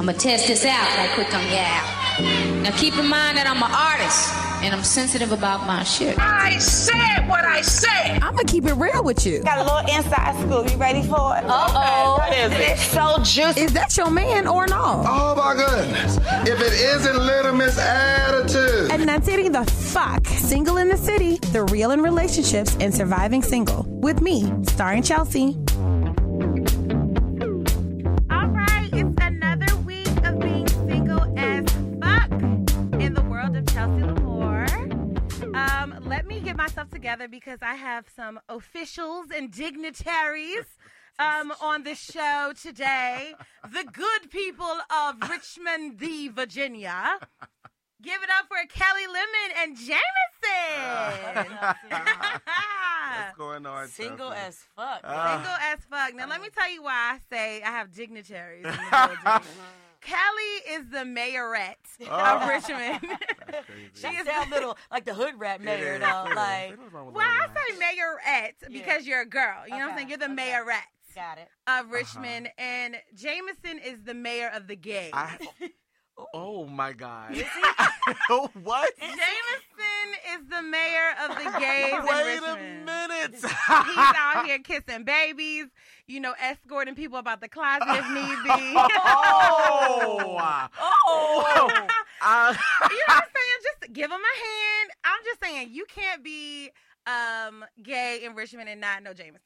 I'ma test this out right quick on y'all. Now keep in mind that I'm an artist and I'm sensitive about my shit. I said what I said. I'm gonna keep it real with you. Got a little inside scoop. You ready for it? Uh oh. What is it? So juicy. Is that your man or not? Oh my goodness. If it isn't Little Miss Attitude. And that's it the fuck. Single in the City, The Real in Relationships and Surviving Single. With me, starring Chelsea. All right, it's another week of being single as fuck in the world of Chelsea Lamore. Um, let me get myself together because I have some officials and dignitaries um, on this show today. The good people of Richmond, the Virginia. Give it up for Kelly Lemon and Uh, Jameson. What's going on? Single Chelsea? as fuck. Single as fuck. Now let me tell you why I say I have dignitaries in the building. Kelly is the mayorette of Richmond. she She is sound little like the hood rat mayor though. Like well, I say mayorette because you're a girl. You know what I'm saying? Okay, You're the okay. Uh-huh. mayorette got it. of Richmond, and Jameson is the mayor of the gay. I- oh my God. Is he? what? Jameson is the mayor of the gays in Wait a Richmond. minute. He's out here kissing babies, you know, escorting people about the closet if need be. oh. Oh, Uh, you know what I'm saying? Just give him a hand. I'm just saying you can't be um gay in Richmond and not know Jameson.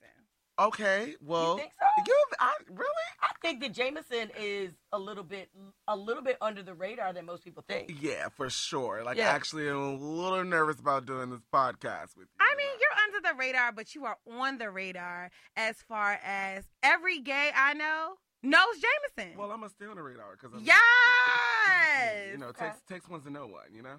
okay. Well, think so? you I, really? I think that Jameson is a little bit a little bit under the radar than most people think. Yeah, for sure. Like, Yeah. actually, I'm a little nervous about doing this podcast with you. I mean, you're under the radar, but you are on the radar as far as every gay I know knows Jameson. Ah, Well, I'm a still on the radar because I'm. yes. Oh. You know, it takes takes one to know one. You know.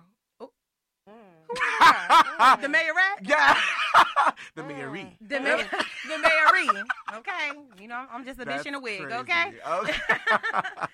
Mm. Who are? Mm. the mayorette? Yeah. the mayoree. The, mayor, the mayoree. Okay. You know, I'm just a bitch in a wig, crazy. okay? Okay. So,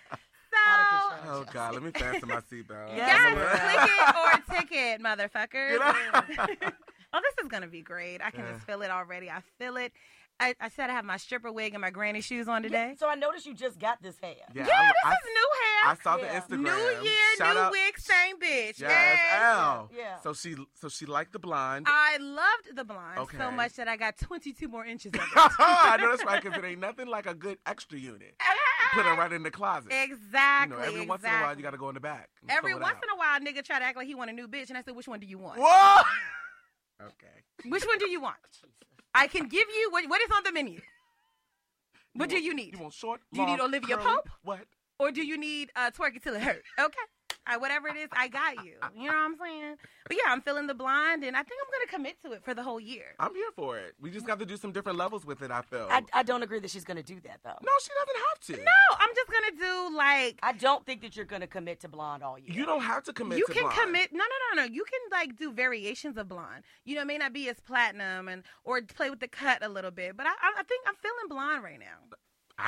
oh God, let me fasten my seatbelt. Yes, Yeah. click it or ticket, motherfuckers. Yeah. oh, this is gonna be great. I can just feel it already. I feel it. I, I said I have my stripper wig and my granny shoes on today. So I noticed you just got this hair. Yeah, Yeah, I, this is new hair. I saw Yeah. the Instagram. new year, Shout new out- wig, same bitch. Yes, Yes. L. Yeah. So she, so she liked the blonde. I loved the blonde so Okay. much that I got 22 more inches of it. I know that's right, 'cause it ain't nothing like a good extra unit. Put her right in the closet. exactly. You know, every exactly. once in a while, you got to go in the back. and Every pull it once out. in a while, nigga try to act like he want a new bitch, and I said, "Which one do you want? Whoa! okay. Which one do you want? I can give you what, what is on the menu. What do you need? You want short? Do you need long, Olivia curly? Pope? What? or do you need uh, twerk it till it hurt? Okay. I, whatever it is, I got you. You know what I'm saying? But yeah, I'm feeling the blind, and I think I'm gonna commit to it for the whole year. I'm here for it. We just got to do some different levels with it. I feel. I, I don't agree that she's going to do that though. no, she doesn't have to. No, I'm just gonna do like I don't think that you're going to commit to blonde all year. You don't have to commit. you to can blonde. commit. No, no, no, no. You can like do variations of blonde. You know, it may not be as platinum, and or play with the cut a little bit. But I, I, I think I'm feeling blonde right now.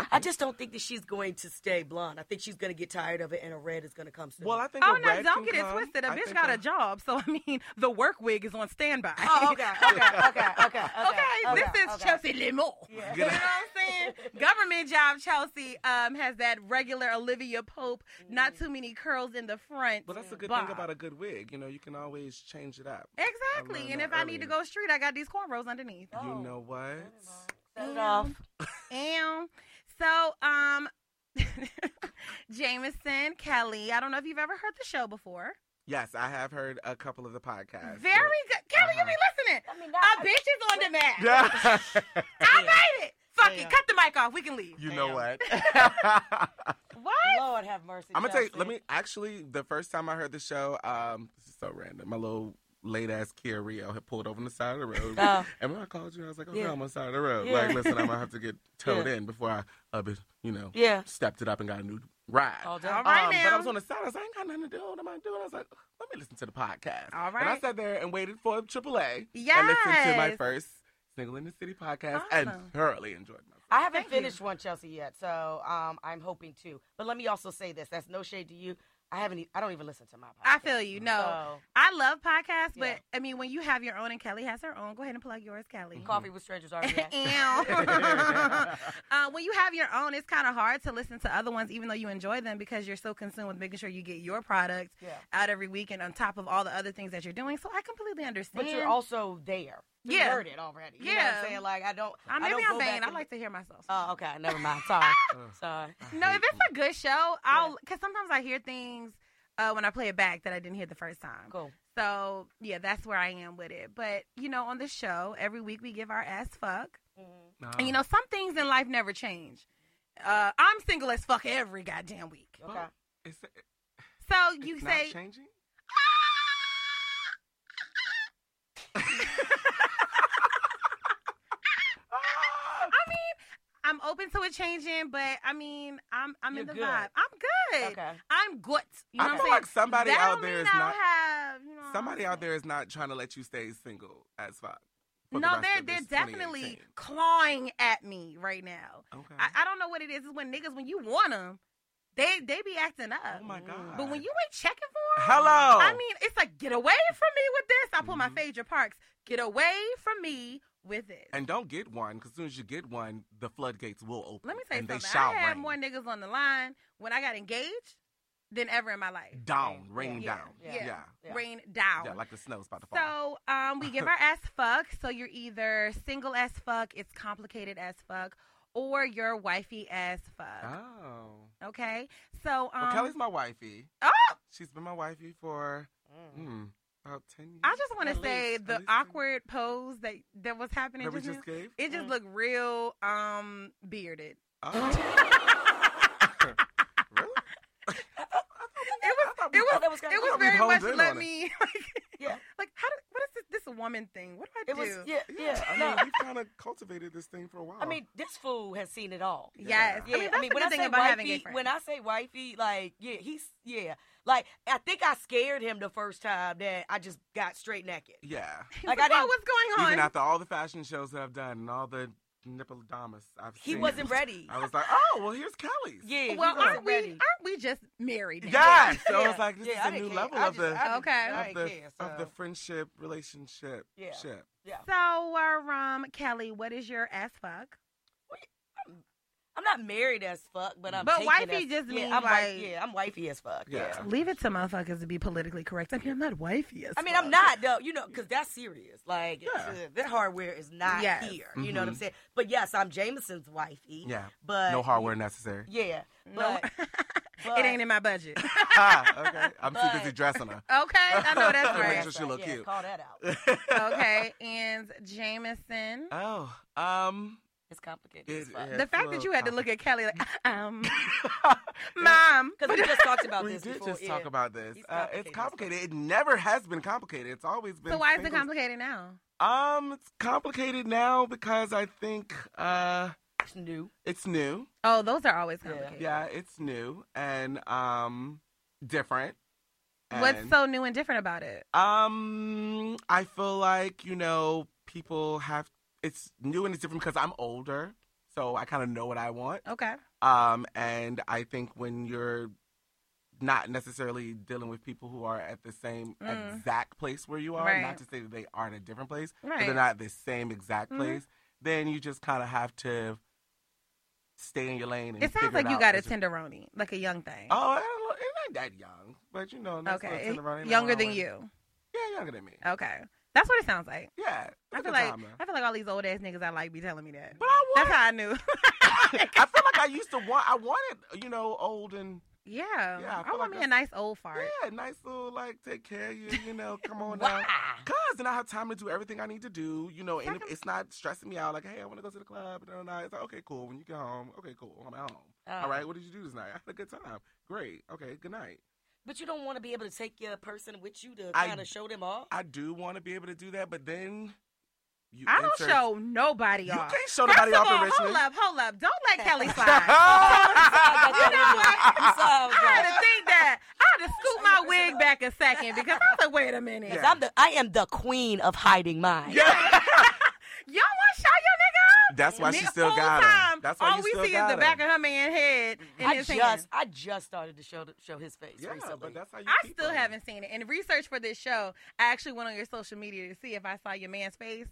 I just don't think that she's going to stay blonde. I think she's going to get tired of it, and a red is going to come soon. Well, I think. Oh a no, red don't can get it come. twisted. A I bitch think got a a- job, so I mean, the work wig is on standby. Oh, okay, okay, okay, okay, Okay, okay, this is okay. Chelsea Limo. You know what I'm saying? Government job Chelsea um, has that regular Olivia Pope, not too many curls in the front. But that's the good bob. thing about a good wig. You know, you can always change it up. I Exactly. learned And that if I need to Oh. earlier. go street, I got these cornrows underneath. Oh. You know what? Set it off. And so, um, Jameson, Kelly, I don't know if you've ever heard the show before. Yes, I have heard a couple of the podcasts. Very good. Kelly, you be listening. Uh-huh. I mean, A not, bitch is on the map. Yeah. I made it. Fuck Yeah. it. Cut the mic off. We can leave. you know what? What? Lord have mercy. I'm gonna tell you. Chelsea. Let me actually. The first time I heard the show, um, this is so random. My little late ass Kia Rio had pulled over on the side of the road, Oh. and when I called you, I was like, "Oh, Yeah. no, I'm on the side of the road. Yeah. Like, listen, I'm gonna have to get towed Yeah. in before I, uh, be- you know, Yeah. stepped it up and got a new ride." All day. All right Um, now. But I was on the side. I was like, I ain't got nothing to do. What am I doing? I was like, let me listen to the podcast. All And I right. sat there and waited for AAA. And listened to my Yes. first Single in the City podcast Awesome. and thoroughly enjoyed myself. I haven't Thank you. finished one Chelsea yet, so um, I'm hoping to. But let me also say this: that's no shade to you. I haven't. e- I don't even listen to my podcast. I feel you. No, So, I love podcasts, but Yeah. I mean, when you have your own and Kelly has her own, go ahead and plug yours, Kelly. coffee with strangers already. Ew. uh, when you have your own, it's kind of hard to listen to other ones, even though you enjoy them, because you're so consumed with making sure you get your product Yeah. out every week and on top of all the other things that you're doing. So I completely understand. But you're also there. You Yeah. heard it already. You know what Yeah. I'm saying? Like I don't. Uh, maybe I don't I'm go back vain. I and- like Uh. to hear myself. Oh, okay. Never mind. Sorry. Sorry. no, if it's a good show, I'll because sometimes I hear things uh, when I play it back that I didn't hear the first time. Cool. So yeah, that's where I am with it. But you know, on the show every week we give our ass fuck, and you know some things in life never change. Uh, I'm single as fuck every goddamn week. Okay. It's, it's So you not say changing? I'm open to it changing, but I mean I'm I'm in the You're good. vibe. I'm good. Okay. I'm good. You know what I I'm feel saying? like somebody That out don't there mean is I don't not have, you know, somebody out there is not trying to let you stay single as fuck. for the No, rest they're of they're this definitely 2018. clawing at me right now. Okay. I, I don't know what it is. It's when niggas, when you want them, they they be acting up. oh my god. But when you ain't checking for them, hello, Mm-hmm. I mean, it's like get away from me with this. I pull my Phaedra Parks. Get away from me with this. and don't get one because as soon as you get one, the floodgates will open. Let me tell you and They something. shall I had rain more niggas on the line when I got engaged than ever in my life. down, rain Yeah, down. yeah, yeah. Yeah. Rain down. Yeah, like the snow's about to fall. So um, we give our ass fuck. So you're either single as fuck, it's complicated as fuck, or you're wifey as fuck. oh. Okay. So um, Well, Kelly's my wifey. Oh! She's been my wifey for Mm. hmm, about 10 years. I just want to At say least, at the least 10 awkward pose that that was happening that we just, just now, gave. It just looked real um bearded. Oh. really? It was it was, thought Oh, that was it kinda was cool. very We'd much honed in let on it. me Yeah. like how do, what is this this woman thing? What do I It do? was. Yeah. Yeah. I No. mean, we've kind of cultivated this thing for a while. I mean, this fool has seen it all. Yes. Yeah, I mean that's the when good I thing say about wifey, having gay friends. when I say wifey, like yeah, he's yeah, like I think I scared him the first time that I just got straight naked. yeah. He was like, like, I "Whoa, what's going on? Even after all the fashion shows that I've done and all the nippledamas I've He seen, wasn't ready. I was like, oh, well, here's Kelly's. Yeah, he well, wasn't aren't we ready. aren't we just married? now? Yes. So I Yeah. was like, this Yeah, I is a didn't new care. level I of just- the I didn't- Okay. I of didn't the care, of the so. friendship relationship Yeah. ship. So, uh, um, Kelly, what is your ass fuck? I'm not married as fuck, but I'm. But taken wifey as- just yeah, means I'm like- yeah, I'm wifey as fuck. Yeah. Yeah. Leave it to motherfuckers to be politically correct. I mean, I'm not wifey. As I mean, I'm fuck. not though, you know, because that's serious. Like Yeah. uh, that hardware is not Yes. here. You know what I'm Mhm. saying? But yes, I'm Jameson's wifey. Yeah. But no hardware necessary. Yeah, No. but, but it ain't in my budget. okay, ah, okay. I'm too busy But- dressing her. I know that's Make right. sure she look yeah, cute. Call that out. Okay, and Jameson. Oh, um, It's complicated. it- as fuck. yeah, the it's a fact that little you had to look complicated. at Kelly like, um, mom. Because we just talked about we this did before. just yeah. talk about this. It's Uh, complicated, it's it's complicated. It never has been complicated. It's always been. So why is it singles. complicated now? Um, it's complicated now because I think uh, It's new. it's new. Oh, those are always complicated. Yeah, it's new and um, different. What's And, so new and different about it? Um, I feel like you know people have. It's new and it's different because I'm older, so I kind of know what I want. Okay. Um, and I think when you're not necessarily dealing with people who are at the same Mm. exact place where you are, Right. not to say that they aren't a different place, but Right. they're not at the same exact Mhm. place, then you just kind of have to stay in your lane. And It sounds figure like you out got a as you- tenderoni, like a young thing. Oh, I don't know. It ain't that young, but you know, nice little okay. eh, tender running Younger around than with- you. Yeah, younger than me. Okay. That's what it sounds like. Yeah, it's a I good feel like time, though. I feel like all these old ass niggas I like be telling me that. But I That's want. how I knew. I feel like I used to want. I wanted, you know, old and yeah. Yeah, I I, feel want like me a nice that's- old fart. yeah, nice little like take care of you. You know, come on Why? now. Cause then I have time to do everything I need to do. You know, and it's not stressing me out. Like, hey, I want to go to the club. And all It's like, okay, cool. When you get home, okay, cool. I'm at home. Ah. Oh. all right, what did you do tonight? I had a good time. Great. Okay, good night. But you don't want to be able to take your person with you to I- kind of show them off. I do want to be able to do that, but then you I don't insert- show nobody You off. can't show First nobody of off all, in hold Richmond. up, hold up. Don't let Kelly slide. I'm sorry, I had to guys. think that. I had to scoop my wig back a second because I was like, wait a minute. Yeah. I'm the I am the queen of hiding mine. Yeah. Y'all want to show your nigga off? That's why she Nigga, still full got time, him. That's why all you we still see got is the him. back of her man head and I his just, hand. I just started to show show his face Yeah, recently. but that's how you. I keep still him. haven't seen it. And research for this show, I actually went on your social media to see if I saw your man's face.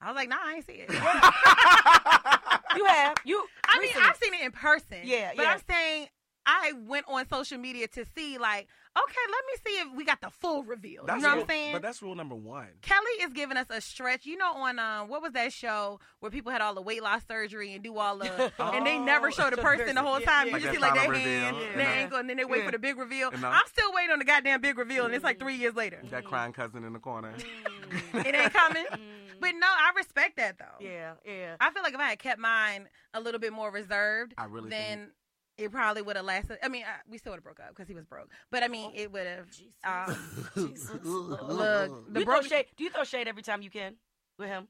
I was like, nah, I ain't see it. you have you. I mean, recently. I've seen it in person. Yeah, But yeah. I'm saying I went on social media to see, like, okay, let me see if we got the full reveal. That's you know what rule- I'm saying? But that's rule number one. Kelly is giving us a stretch. You know, on um, what was that show where people had all the weight loss surgery and do all the, and they never showed a Oh, person the whole yeah, time. yeah. You Like just that see like their final reveal, hand, yeah. their ankle, and then they wait Yeah. for the big reveal. And, uh, I'm still waiting on the goddamn big reveal, and it's like three years later. That crying cousin in the corner. It ain't coming. but no, I respect that though. yeah, yeah. I feel like if I had kept mine a little bit more reserved, I really then it probably would have lasted. I mean, I, we still would have broke up because he was broke. But I mean, it would have. Um, Jesus. look, Do the you throw broke. shade? Do you throw shade every time you can with him?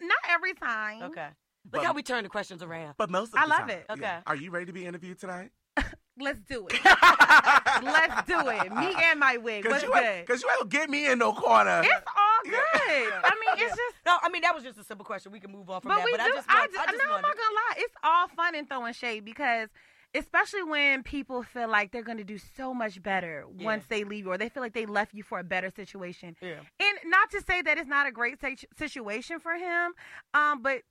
Not every time. Okay. Look But- how we turn the questions around. But most of I the love time. it. yeah. Okay. Are you ready to be interviewed tonight? Let's do it. Let's do it. Me and my wig. Because What's you, good? ain't- 'cause you ain't get me in no corner. It's all good. I mean, it's just. No, I mean that was just a simple question. We can move on from But that. we but do. I just, want- I just no, I'm wondered. not gonna lie. It's all fun and throwing shade because. Especially when people feel like they're going to do so much better Yeah. once they leave you, or they feel like they left you for a better situation. Yeah. And not to say that it's not a great situ- situation for him, um, but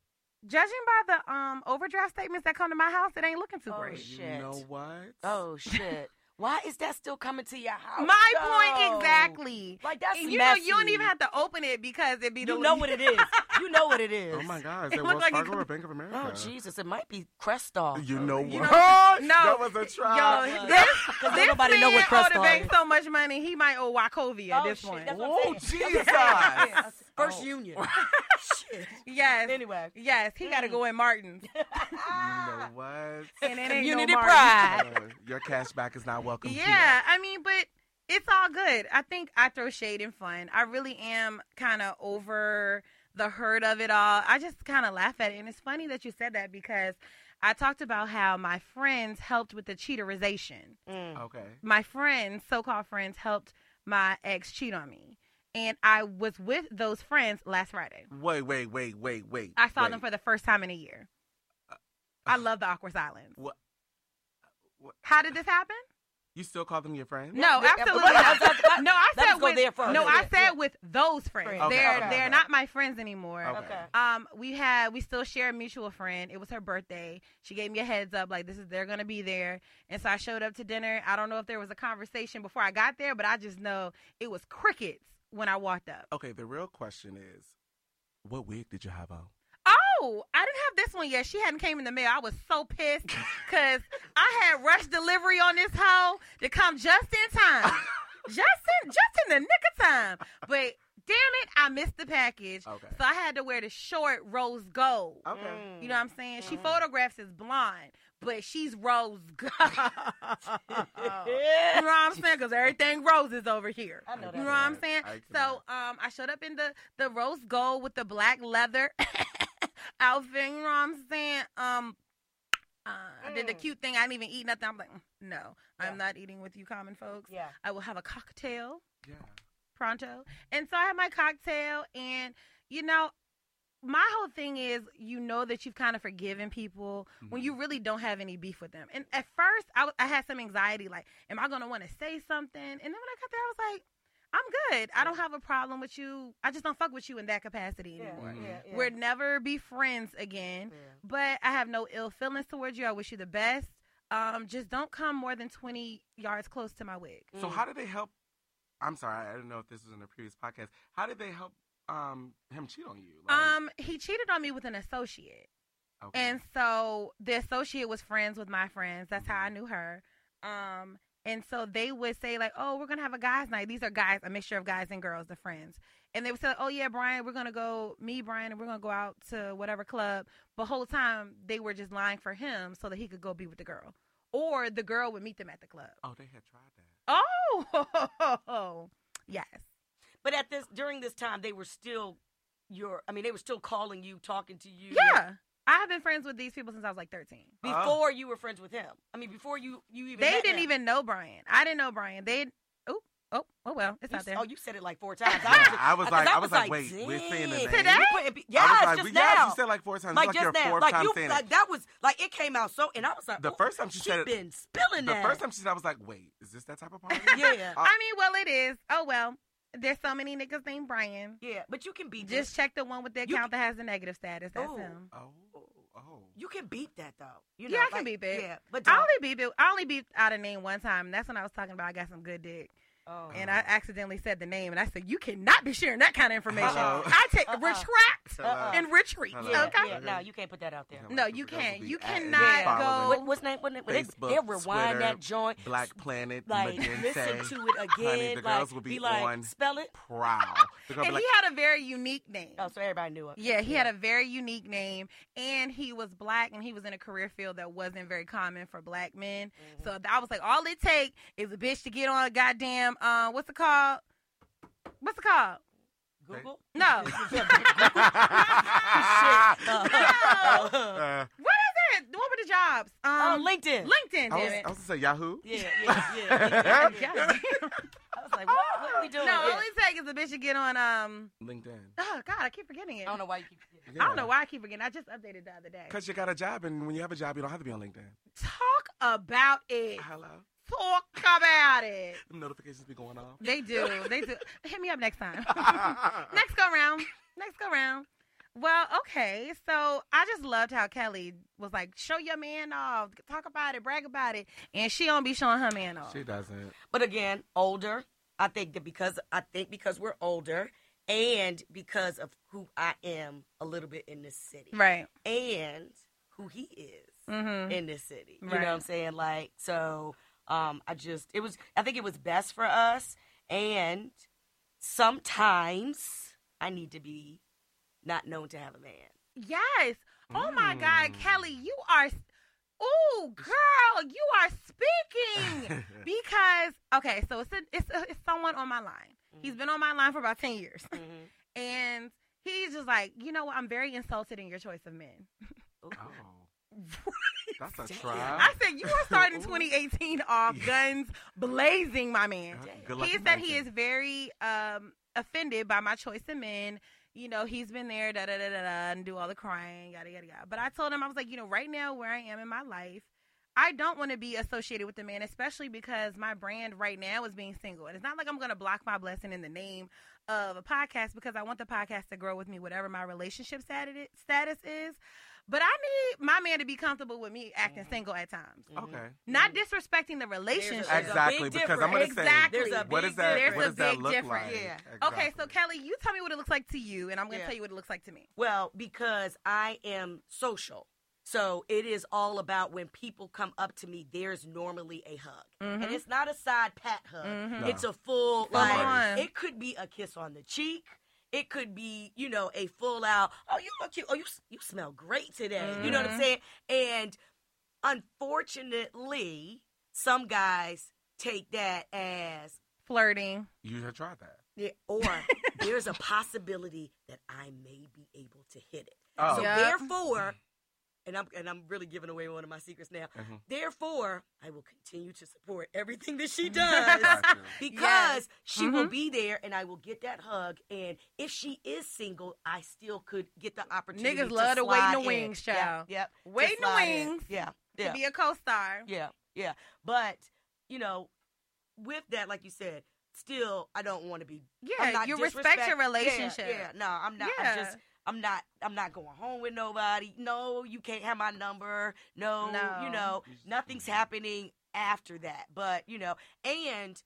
judging by the um, overdraft statements that come to my house, it ain't looking too Oh, great. shit. You know what? Oh shit! Why is that still coming to your house? My though? point exactly. Like, that's And you know you don't messy. even have to open it because it be the You know what it is. You know what it is. Oh my God! Is It that looked Wells like it Fargo could- or Bank of America? Oh Jesus! It might be Crestal. You know You what? know- Oh, No, that was a try. Yo, was. this, 'Cause this nobody man know what owe Crest the Hall bank is. so much money, he might owe Wachovia Oh, this shit, one. that's what I'm Oh saying. Jesus! Yeah. First Union. shit. Yes, Anyway. Mm. yes, he got to go in Martin's. You know what? And it ain't Community no Martin's. pride. Uh, your cashback is not welcome. here. Yeah, I mean, but it's all good. I think I throw shade and fun. I really am kind of over the hurt of it all. I just kind of laugh at it, and it's funny that you said that because I talked about how my friends helped with the cheaterization. Okay. my friends, so-called friends, helped my ex cheat on me, and I was with those friends last Friday. Wait, wait, wait, wait, wait. I saw wait. them for the first time in a year. I love the awkward silence. What? what? How did this happen? You still call them your friend? No, yeah, absolutely but- not. but- No, I let's said go with there first. no, Yeah, I yeah. said with those friends. Friends. They're Okay, they're okay. not my friends anymore. Okay. Okay. Um, we had we still share a mutual friend. It was her birthday. She gave me a heads up, like this is they're gonna be there. And so I showed up to dinner. I don't know if there was a conversation before I got there, but I just know it was crickets when I walked up. Okay. The real question is, what wig did you have on? Oh, I didn't have this one yet. She hadn't came in the mail. I was so pissed because I had rush delivery on this hoe to come just in time. just in just in the nick of time. But damn it, I missed the package. Okay. So I had to wear the short rose gold. Okay. You know what I'm saying? She Mm-hmm. photographs as blonde, but she's rose gold. you know what I'm saying? Because everything rose is over here. I know that. You know what I'm Right. saying? I So um, I showed up in the the rose gold with the black leather outfit. You know what I'm saying? Um, uh, I Mm. did the cute thing. I didn't even eat nothing. I'm like, mm, no, I'm not eating with you, common folks. Yeah. I will have a cocktail Yeah. pronto. And so I had my cocktail, and you know, my whole thing is you know that you've kind of forgiven people when Mm-hmm. you really don't have any beef with them. And at first, I, w- I had some anxiety like, am I going to want to say something? And then when I got there, I was like, I'm good. I don't have a problem with you. I just don't fuck with you in that capacity Yeah, anymore. Mm-hmm. yeah, yeah. We'll never be friends again, but I have no ill feelings towards you. I wish you the best. Um, just don't come more than 20 yards close to my wig. So how did they help? I'm sorry, I don't know if this was in the previous podcast. How did they help um him cheat on you? Like, Um, he cheated on me with an associate. okay. And so the associate was friends with my friends. That's how I Mm-hmm. knew her. Um, and so they would say like, "Oh, we're gonna have a guys' night. These are guys, a mixture of guys and girls, the friends." And they would say, "Oh yeah, Brian, we're gonna go. Me, Brian, and we're gonna go out to whatever club." But whole time they were just lying for him so that he could go be with the girl, or the girl would meet them at the club. oh, they had tried that. Oh, yes. But at this during this time, they were still your. I mean, they were still calling you, talking to you. Yeah, I have been friends with these people since I was like thirteen. Before you were friends with him. I mean, before you you even. They met didn't him. even know Brian. I didn't know Brian. They oh oh, oh well, it's You not s- there. Oh, you said it like four times. Yeah, I was like- I was like, wait, we're saying dang. the name? You putting pe- Yeah, I was it's like, just we- now. yeah, she said like four times. It's Like, like just your now, fourth like time you, saying like it. that was like it came out so, and I was like, The ooh, first time she said it- been spilling The that. first time she said, I was like, wait, is this that type of party? yeah, Uh, I mean, well, it is. Oh well, there's so many niggas named Brian. yeah, but you can beat Just this. check the one with the You account that has the negative status. That's Ooh. him. Oh, oh. You can beat that though. You know, Yeah, I can like, beep it. Yeah, but I don't- only beeped. I only beeped out a name one time. and That's when I was talking about I got some good dick, oh. and I accidentally said the name, and I said you cannot be sharing that kind of information. Hello. I take Uh-uh. retract Hello. and retreat. Hello. yeah, Okay. yeah, no, you can't put that out there. Yeah, No, like, you people can't. will be You at- cannot Yeah. go- following What, what's name? What, name- they, Facebook, they'll rewind Twitter, that joint. Black Planet, like Magenta. listen to it again. Honey, the like, girls will be, like, on Spell it. prowl. They're gonna And be like, he had a very unique name. Oh, so everybody knew it. Yeah, he had a very unique name, and he was black, and he was in a career field that wasn't very common for black men. So th- I was like, all it take is a bitch to get on a goddamn uh, what's it called? What's it called? Google. No. Uh-huh. Uh, Uh, What is it? The one with the jobs? Oh, Um, LinkedIn. LinkedIn, I was, damn it. I was gonna say Yahoo. Yeah, yeah, yeah. LinkedIn, yeah. God damn. I was like, what, what are we doing? no, all Yeah. it take is a bitch to get on. Um, LinkedIn. oh God, I keep forgetting it. I don't know why you keep. I don't know why I keep forgetting. I just updated the other day. Because you got a job, and when you have a job, you don't have to be on LinkedIn. Talk about it. Hello. Talk about it. Them Notifications be going off. They do. They do. Hit me up next time. next go round. Next go round. Well, okay. So I just loved how Kelly was like, show your man off, talk about it, brag about it, and she don't be showing her man off. She doesn't. But again, older. I think that because I think because we're older and because of who I am a little bit in this city. Right. And who he is Mm-hmm. in this city. You know Right. what I'm saying? Like, so um I just it was I think it was best for us and sometimes I need to be not known to have a man. Yes. Oh my God, Kelly, you are. Oh, girl, you are speaking because okay, so it's a, it's a, it's someone on my line. He's been on my line for about ten years, and he's just like, you know what? I'm very insulted in your choice of men. Oh. That's a trial. I said you are starting Ooh. 2018 off guns blazing, my man. Uh, good luck he with said he banking. is very um, offended by my choice of men. You know, he's been there, da da da da da, and do all the crying, yada yada yada. But I told him I was like, you know, right now where I am in my life, I don't want to be associated with the man, especially because my brand right now is being single, and it's not like I'm going to block my blessing in the name of a podcast because I want the podcast to grow with me, whatever my relationship stati- status is. But I need my man to be comfortable with me Mm-hmm. acting single at times. Okay. Not disrespecting the There's relationship. a- Exactly, big because I'm gonna difference. say, Exactly. There's a what big does that? difference. what does There's a that big look difference. like? Yeah. Okay, so Exactly. Kelly, you tell me what it looks like to you, and I'm going to Yeah. tell you what it looks like to me. Well, because I am social. So it is all about when people come up to me, there's normally a hug. And it's not a side pat hug. No. It's a full Full like on. it could be a kiss on the cheek. It could be, you know, a full out, oh you look cute. Oh you you smell great today. You know what I'm saying? And unfortunately, some guys take that as Flirting. You have tried that. yeah, or there's a possibility that I may be able to hit it. Oh. So Yeah. therefore, and I'm and I'm really giving away one of my secrets now. Mhm. Therefore, I will continue to support everything that she does Gotcha. because she will be there, and I will get that hug. And if she is single, I still could get the opportunity. Niggas love to wait in slide the wings, Yep, child. Yep. to Wait in the slide in. wings. Yeah. To Yeah. be a co-star. Yeah, yeah. But, you know, with that, like you said, still I don't want to be Yeah, I'm not you respect disrespect- your Yeah, relationship. Yeah, no, I'm not Yeah. I'm just I'm not I'm not going home with nobody. No, you can't have my number. No, No. you know, nothing's happening after that. But, you know, and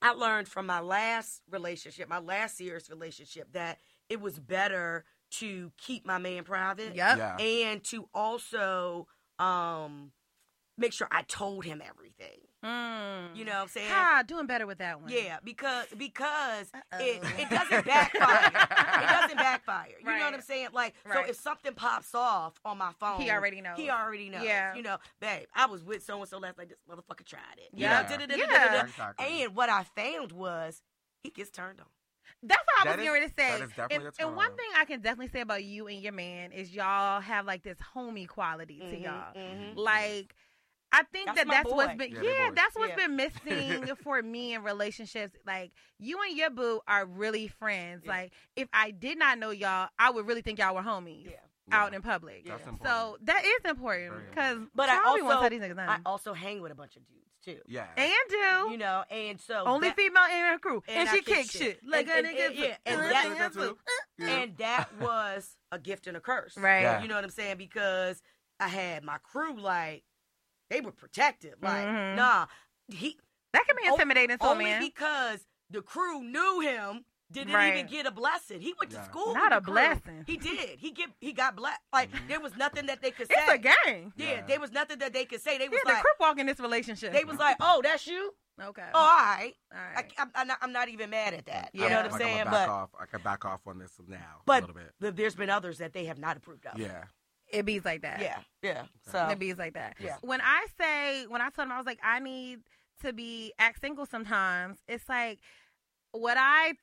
I learned from my last relationship, my last serious relationship, that it was better to keep my man private Yep. Yeah. and to also um make sure I told him everything. Mm. You know what I'm saying? Ah, doing better with that one. Yeah, because because it, Uh-oh. it doesn't backfire. it doesn't backfire. You know Right. what I'm saying? Like Right. so if something pops off on my phone, He already knows. He already knows. Yeah. You know, babe, I was with so and so last night. This motherfucker tried it. You Yeah. know, da-da-da-da-da-da. Yeah. Exactly. And what I found was he gets turned on. That's what That I was is- getting ready to say. that is definitely and, a and one turn. thing I can definitely say about Mm-hmm. you and your man is y'all have like this homey quality to y'all. Mhm. Like I Mm-hmm. think That's that my that's what's boy. been Yeah, yeah, that boy. that's what's Yeah. been missing for me in relationships. Like you and your boo are really friends. Yeah. Like if I did not know y'all, I would really think y'all were homies Yeah. out in public. That's So important. that is important Very because But I Tommy wants also- to these niggas I down. also hang with a bunch of dudes too. Yeah. and do You know, and so only that- female in her crew, and, I she think kicks shit like and, a and- nigga. and- yeah, and Yeah, that- that's that too. Yeah. and that was a gift and a curse. Right. Yeah. You know what I'm saying? Because I had my crew like they were protective. Like, Mhm. nah, he That can be O- intimidating for a only man. because the crew knew him. Didn't Right. even get a blessing. He went to Yeah. school. Not with a the crew. blessing. He did. He get. He got black. Like there was nothing that they could say. it's a gang. Yeah, Yeah. there was nothing that they could say. They was Yeah, the like, crip walk in this relationship. they was like, oh, that's you. okay, Oh, all right. all I, right. I'm, I'm, not, I'm not even mad at that. You Yeah. know what like, I'm I'ma saying? back But off. I can back off on this now a but little bit. th- there's been others that they have not approved of. Yeah. it bees like that. yeah, yeah. It So bees like that. Yeah. When I say, when I told him, I was like, I need to be act single sometimes. It's like what I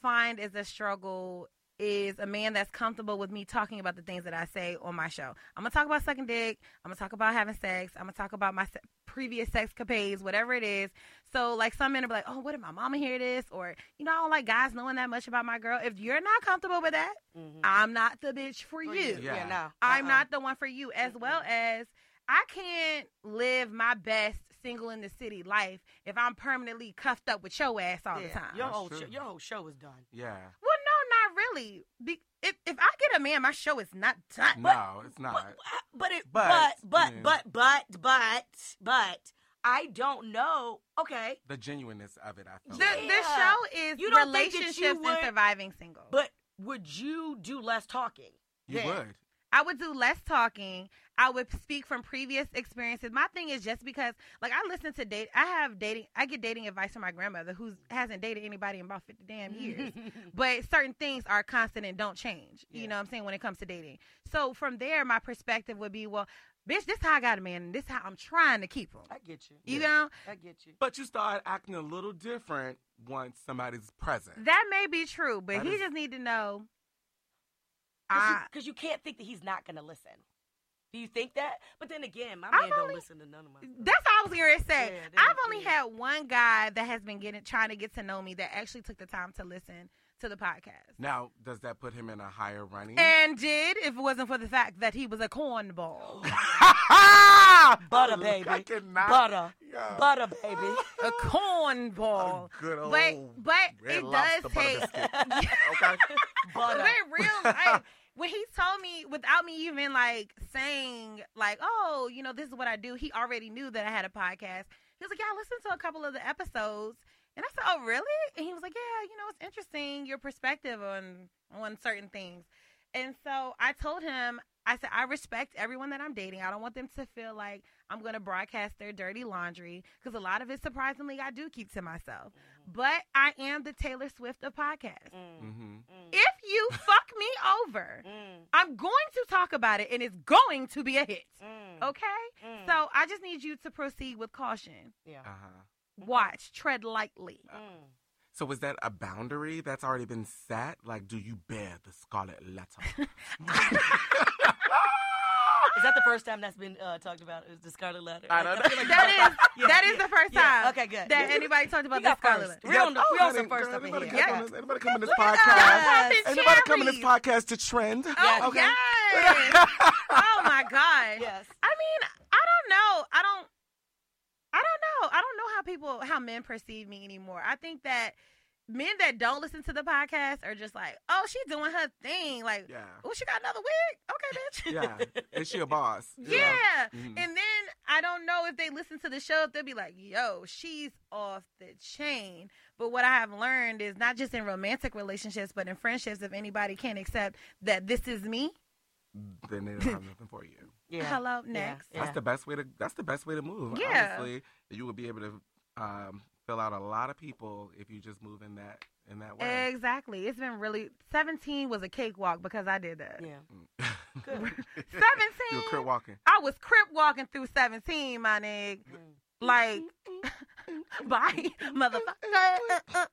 find is a struggle is a man that's comfortable with me talking about the things that I say on my show. I'm gonna talk about sucking dick. I'm gonna talk about having sex. I'm gonna talk about my se- previous sex capades, whatever it is. So like some men are like, oh, what if my mama hear this? Or you know, I don't like guys knowing that much about my girl. If you're not comfortable with that, mhm. I'm not the bitch for you. Yeah, Yeah. no. I'm uh-uh. not the one for you, as Mm-mm. well as I can't live my best single in the city life if I'm permanently cuffed up with your ass all Uh-uh. Yeah, the time. Your That's whole true. show, your whole show is done. Yeah. Well, no, not really. Be- if, if I get a man, my show is not done. No, it's not. But Uh, but it but But, but yeah. but but but but I don't know. Okay, the genuineness of it, I feel. The, like. Yeah. the show is You don't think that you relationships and would- surviving single. but would you do less talking? You Yeah. would. I would do less talking. I would speak from previous experiences. My thing is just because, like, I listen to date. I have dating. I get dating advice from my grandmother, who hasn't dated anybody in about fifty damn years. but certain things are constant and don't change. Yeah. You know what I'm saying when it comes to dating. So from there, my perspective would be, well, bitch, this how I got a man, and this how I'm trying to keep him. I get you. You know I get you. But you start acting a little different once somebody's present. that may be true, but That he is- just need to know. I, Because you, can't think that he's not gonna listen. Do you think that? But then again, my I've man don't only- listen to none of my. That's all I was gonna say. Yeah, that I've is only true. had one guy that has been getting trying to get to know me that actually took the time to listen to the podcast. Now, does that put him in a higher running? And did if it wasn't for the fact that he was a cornball. Butter, I baby. cannot. Butter. Yeah. Butter, baby. a cornball. A good old But but red it lobster does butter take biscuit. okay. but Butter. real life when he told me without me even like saying like, oh, you know, this is what I do, he already knew that I had a podcast. He was like, Yeah, I listened to a couple of the episodes. And I said, Oh, really? And he was like, Yeah, you know, it's interesting your perspective on on certain things. And so I told him, I said, I respect everyone that I'm dating. I don't want them to feel like I'm going to broadcast their dirty laundry because a lot of it, surprisingly, I do keep to myself. But I am the Taylor Swift of podcasts Mm-hmm. if you fuck me over, Mm. I'm going to talk about it and it's going to be a hit. Mm. Okay? So I just need you to proceed with caution. Yeah. Uh-huh. Mm-hmm. Watch, tread lightly. Uh-huh. So is that a boundary that's already been set? Like, do you bear the scarlet letter? Is that the first time that's been uh, talked about? Is the Scarlet Letter? I don't I feel like That is Yeah, that is yeah, the first yeah. time Okay, good. that Yeah. anybody talked We about this got Scarlet. first. Letter. We're on, the, we're on honey, some first girl, up in anybody here. come Yeah. on this- Anybody come in this Look podcast? at us, popping Anybody come in this cherries. podcast to trend? Oh Okay. yes. oh my gosh. Yes. I mean, I don't know. I don't I don't know. I don't know how people how men perceive me anymore. I think that men that don't listen to the podcast are just like, "Oh, she's doing her thing." Like, Yeah. "Oh, she got another wig." Okay, bitch. Yeah. Is she a boss? Yeah. Mhm. And then I don't know if they listen to the show, if they'll be like, yo, she's off the chain. But what I have learned is not just in romantic relationships, but in friendships, if anybody can't accept that this is me, Then they don't have nothing for you. Yeah. hello, next. Yeah. That's the best way to. That's the best way to move. Yeah. Honestly, you would be able to um, fill out a lot of people if you just move in that in that way. Exactly. It's been really 17 was a cakewalk because I did that. Yeah. You're 17 crip walking. I was crip walking through 17, my nigga. Like, bye, motherfucker.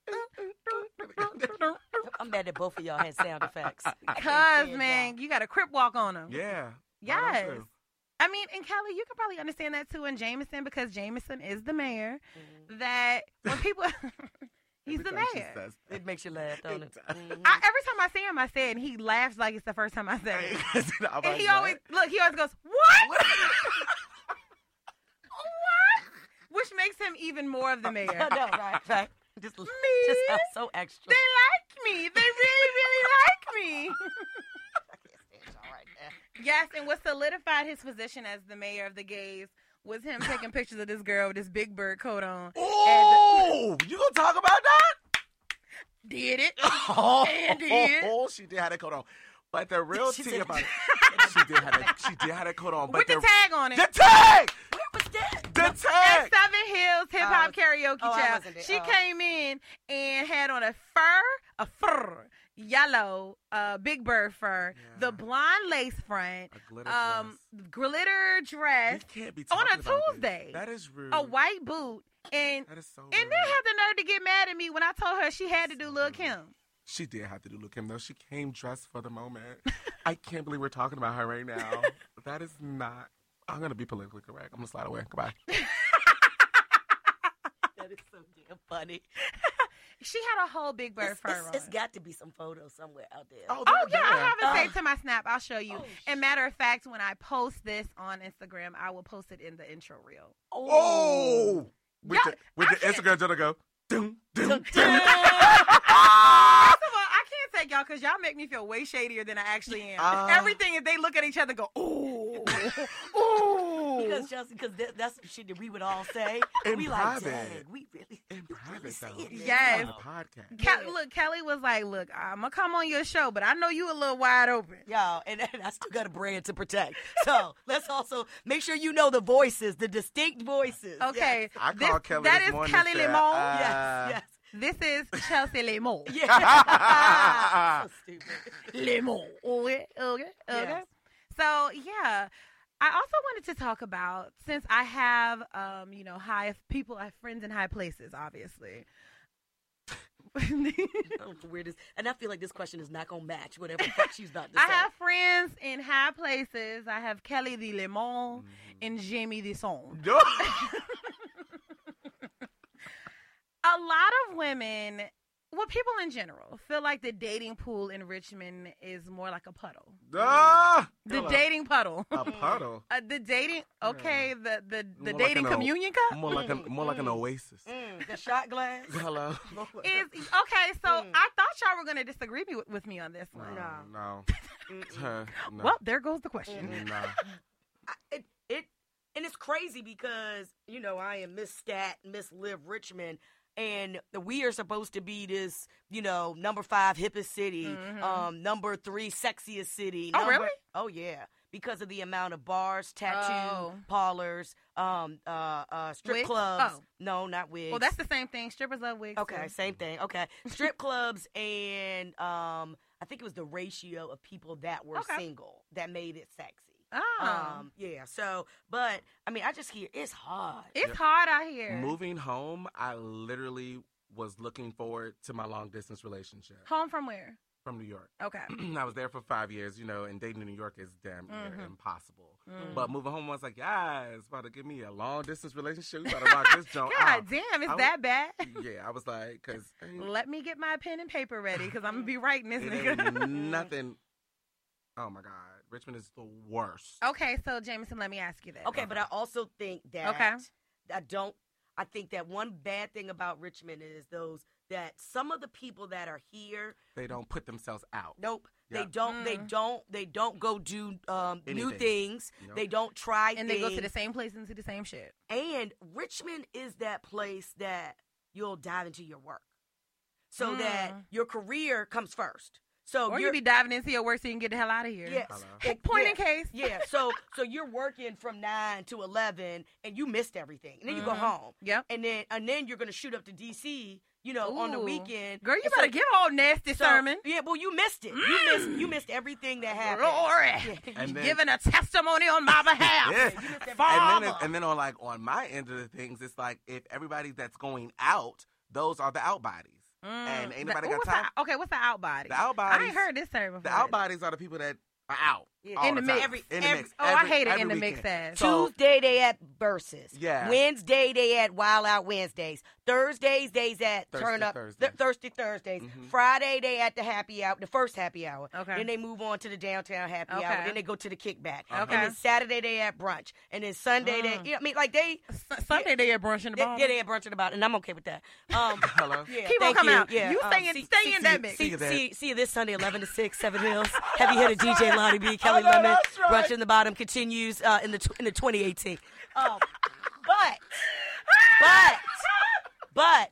I'm mad that both of y'all had sound effects. I couldn't Cuz, stand man, you got a crip walk on them. Yeah. right on Yes. through. I mean, and Kelly, you can probably understand that too in Jameson because Jameson is the mayor. That when people, he's Every the time she mayor. says that. It makes you laugh, don't it? Mhm. I, every time I see him, I say it, and he laughs like it's the first time I said it. I'm And like, he what? always look. He always goes, "What? what?" Which makes him even more Oh, of the mayor. I know, right, right. Just, just sounds so extra. They like me. They really, really like me. Yes, and what solidified his position as the mayor of the gays was him taking pictures of this girl with this big bird coat on. Oh, you gonna talk about that? Did it? Oh, And it- she did have that coat on. But the real She tea did. about it, she did have that, she did have that coat on. But with the, the, tag on it. the tag, Where was that? the At tag. Seven Hills Hip Hop Oh, Uh, Karaoke oh, I Child. wasn't there. She Oh. came in and had on a fur, a fur, yellow, uh, big bird fur, the blonde lace front, A glitter um, glitter dress, We can't be on talking a about this. Tuesday. That is rude. a white boot, and That is so. and then rude. had the nerve to get mad at me when I told her she had to do Lil Kim. she did have to do look him though. She came dressed for the moment. I can't believe we're talking about her right now. that is not. I'm gonna be politically correct. I'm gonna slide away. Goodbye. Oh, That is so damn funny. She had a whole big bird It's- fur it's- on. it's got to be some photos somewhere out there. Oh yeah, I have it Oh. saved to my snap. I'll show you. Oh, and matter of fact, when I post this on Instagram, I will post it in the intro reel. Oh, with No, the, with I the Instagram gonna go. Doom, doom, doom. Damn. Ah! First of all, I can't take y'all because y'all make me feel way shadier than I actually am. Uh. Everything is they look at each other and go, ooh, ooh. because Chelsea, because that, that's some shit that we would all say. In we like, private. dang, we really, In you really private say though. it, man. Yes. On the podcast. Ke- look, Kelly was like, "Look, I'm gonna come on your show, but I know you a little wide open." Y'all, and, and I still got a brand to protect. So let's also make sure you know the voices, the distinct voices. Okay, I this- called Kelly That this is morning Kelly and said, Limon. uh, Yes. yes. This is Chelsea Limon. yes. Yeah. Ah. so stupid. Lemon. Okay, okay, okay. Yes. So yeah, I also wanted to talk about since I have, um, you know, high people, I have friends in high places, obviously. I don't know where this, and I feel like this question is not gonna match whatever the fuck she's about to I say. have friends in high places. I have Kelly the Lemon Mm-hmm. and Jimmy the Song. a lot of women, well, people in general, feel like the dating pool in Richmond is more like a puddle. Ah, The dating puddle. a puddle. Uh, the dating, okay, the the, the More like dating an o- communion cup More like an more like an oasis. Mm, the shot glass. Hello. is okay. So I thought y'all were gonna disagree me, with me on this one. mm. No. No. Uh, no. Mm-hmm. Well, there goes the question. No. I- it, it and it's crazy because you know I am Miss Stat, Miss Live Richmond, and we are supposed to be this you know number five hippest city, um, number three sexiest city. Oh, number- really? Oh yeah, because of the amount of bars, tattoo Oh. parlors, um, uh, uh, strip Wigs? clubs. Oh. No, not wigs. Well, that's the same thing. Strippers love wigs. Okay, too. same thing. Okay, strip clubs and um, I think it was the ratio of people that were Okay. single that made it sexy. Oh, Um, yeah. So, but I mean, I just hear it's hard. it's hard out here. Moving home, I literally was looking forward to my long distance relationship Home from where? from New York. Okay. I was there for five years, you know, and dating in New York is damn near Mhm. impossible. Mm-hmm. Mm. But moving home, I was like, guys, about to give me a long distance relationship. We about to rock this joint God out. damn, it's I that bad. Yeah, I was like, because Let me get my pen and paper ready because I'm gonna be writing this it nigga. ain't nothing. Oh my God. Richmond is the worst. okay, so Jameson, let me ask you this. Mm. Okay, but I also think that Okay. I don't. I think that one bad thing about Richmond is those that some of the people that are here, They don't put themselves out. nope, they Yeah. don't, they Mm. don't, they don't go do um, new Anything. things. Nope. They don't try And they go to the things. same place and do the same shit. And Richmond is that place that you'll dive into your work, so that Mm. your career comes first. So Or Oh, you're, you be diving into your work so you can get the hell out of here. Yes. Hello. It- Point yeah. in case. Yeah. So so you're working from nine to eleven and you missed everything. And then you go Mhm. home. Yep. And then and then you're gonna shoot up to DC, you know, on the Ooh. weekend. Girl, you And so- better give all nasty so- sermon. Mm. Yeah, well you missed it. You missed you missed everything that happened. Glory. Yeah. And then- Giving a testimony on my behalf. Yeah. And Father. then, it- and then on like on my end of the things, it's like if everybody that's going out, those are the out bodies. Mm. and ain't The- nobody ooh, got what's time. The, okay, what's the outbody? The out I ain't bodies- heard this term The before. out bodies are the people that are out. Yeah. all In the mix. time. Every- in the every- mix. Oh, I every- hate it every in the mix weekend. ass. So- Tuesday they at Versus. Yeah. Wednesday they at Wild Out Wednesdays. Thursdays they's at Thirsty Turn Up Thursday. Th- Thirsty Thursdays. Mhm. Friday they at the happy hour, the first happy hour. Okay. Then they move on to the downtown happy Okay. hour. Then they go to the kickback. Okay. Mm. And then Saturday they at brunch. And then Sunday they, you know, I mean, like they, S- Sunday they had brunch in the they, bar. yeah, they at brunch and about, and I'm okay with that. Um, Hello? yeah, Keep on thank coming you. out. Yeah, um, You saying- see- staying see- that see- mix. See, See that. see, see you this Sunday, 11 to 6, Seven Hills. Heavy hitter DJ Lottie B, Kelly Oh, no, Lemon. that's right. Brunch in the bottom continues uh, in the tw- in the 2018. Um, but, but, but,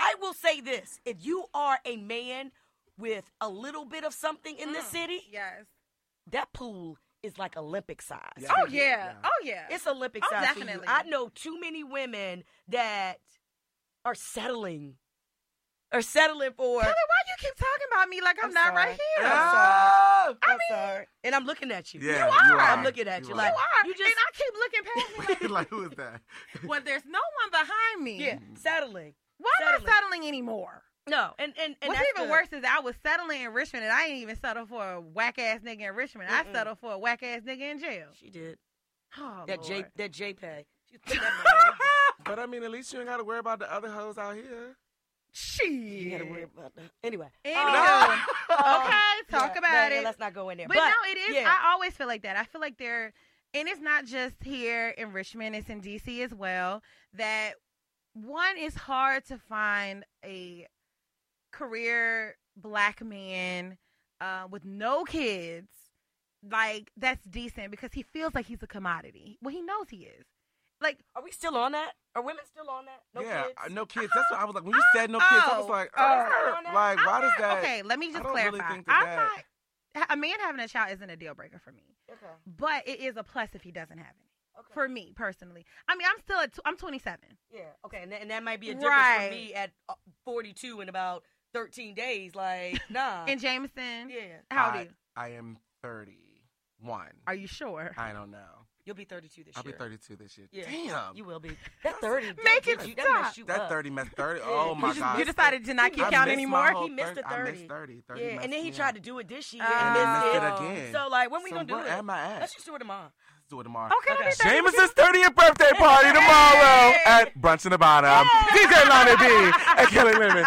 I will say this: if you are a man with a little bit of something in this city, Yes. that pool is like Olympic size. Yeah. Oh yeah. Oh yeah. It's Olympic Oh, size. for you. definitely. I know too many women that are settling, are settling for. Kelly, why you keep talking about me like I'm, I'm not sorry. right here? I'm Ah! I'm sorry. And I'm looking at you. You Yeah, are. I'm looking at you You like- are. You just- and I keep looking past me like, like who is that? well, there's no one behind me. Yeah, settling. Why am I Settling. settling anymore? No, and and, and What's that's even good. worse is I was settling in Richmond and I ain't even settle for a whack ass nigga in Richmond. I settled for a whack ass nigga in jail. She did Oh, that. J Lord. that JPay. She put that money in. But I mean, at least you ain't got to worry about the other hoes out here. You gotta worry Shit. about that. Anyway. Anywho, um, okay, talk yeah, about yeah, it. Let's not go in there. But, But, no, it is. yeah. I always feel like that. I feel like there, and it's not just here in Richmond. It's in DC as well. That one is hard to find a career black man uh, with no kids, like that's decent because he feels like he's a commodity. Well, he knows he is. Like Are we still on that? Are women still on that? No yeah, kids. uh, no kids. That's what I was like. When you said no kids, I oh, was like, oh. uh, like I'm why does not- that? Okay, let me I just don't really clarify. think that I'm that- not. A man having a child isn't a deal breaker for me. Okay. but it is a plus if he doesn't have any. Okay. For me personally, I mean, I'm still at tw- I'm 27. Yeah. Okay. And that, and that might be a difference Right. for me at uh, 42 in about 13 days. Like, nah. And Jameson, Uh, yeah. how old I- are you? I am thirty-one. Are you sure? I don't know. You'll be 32 this I'll be year. thirty-two this year. Yeah. Damn, You will be. That 30. that Make did it you, that stop. messed you that up. thirty missed thirty. You Oh my just- god. You decided to not keep I count missed anymore. my whole He missed the I 30. missed thirty. 30 Yeah, and messed then he me tried up. to do it this year. And and missed missed it it. again. So like, when we So gonna do where it? am I at? Let's just do it tomorrow. Let's do it tomorrow. Okay, let me Okay. think. Jameson's 30th birthday party tomorrow at Brunch in the Bottom. DJ Lonnie B and Kelly Lemon.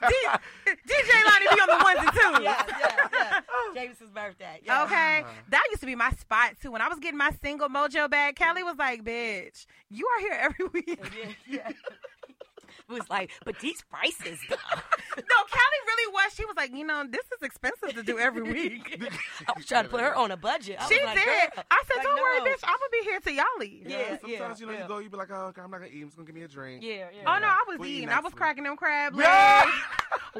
DJ Lonnie be on the ones and twos. yeah, yeah, yeah. Jameson's birthday. Yeah. Okay, that used to be my spot too. When I was getting my single mojo back, Kelly was like, "Bitch, you are here every week." Yeah, yeah. it was like, but these prices. though. no, Kelly really was. She was like, "You know, this is expensive to do every week." I was trying to put her on a budget. I She was like, did. girl. I said, Like, "Don't worry, no. bitch. I'm gonna be here till y'all leave." Yeah, sometimes yeah, you know yeah. you go, you be like, oh, okay, I'm not gonna eat. I'm just gonna give me a drink. Yeah, yeah. Oh no, I was We eat eating. I next was week. cracking them crab legs. Yeah.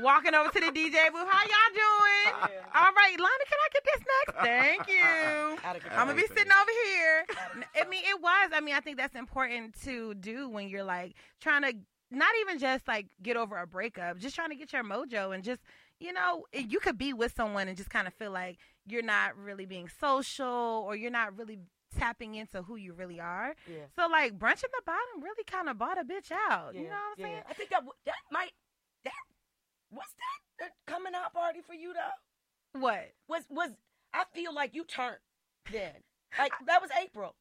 Walking over to the DJ booth. How y'all doing? All right, Lonnie, can I get this next? Thank you. Outta control. I'm gonna be sitting over here. I mean, it was. I mean, I think that's important to do when you're like trying to not even just like get over a breakup, just trying to get your mojo and just you know you could be with someone and just kind of feel like you're not really being social or you're not really tapping into who you really are. Yeah. So like brunch in the bottom really kind of bought a bitch out. You Yeah, know what I'm yeah. saying? I think that w- that might that was that the coming out party for you though. What? Was was I feel like you turned then. Like that was April.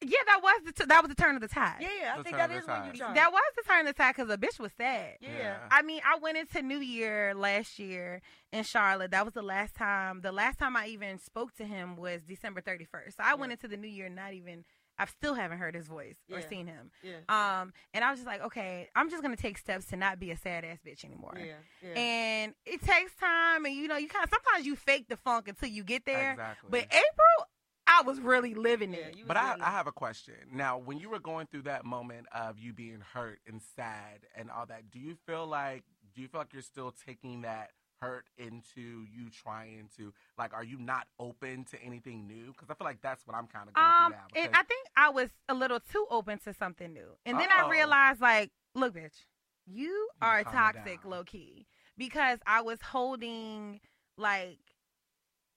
Yeah, that was the t- that was the turn of the tide. Yeah, yeah. I The think turn that of is the when you tide. turned. That was the turn of the tide because the bitch was sad. yeah. Yeah. I mean, I went into New Year last year in Charlotte. That was the last time. The last time I even spoke to him was December 31st. So I went Yeah. into the New Year not even. I still haven't heard his voice or Yeah. seen him. Yeah. Um, and I was just like, okay, I'm just gonna take steps to not be a sad ass bitch anymore. Yeah. Yeah. And it takes time, and you know, you kind of sometimes you fake the funk until you get there. Exactly. But April, I was really living yeah it. you But was I, young. I have a question. Now, when you were going through that moment of you being hurt and sad and all that, do you feel like do you feel like you're still taking that hurt into you trying to like are you not open to anything new? Because I feel like that's what I'm kind of going Um, through now. and I think I was a little too open to something new, and then I Oh. realized, like, look, bitch, you gotta are calm me toxic, down. low key, because I was holding, like,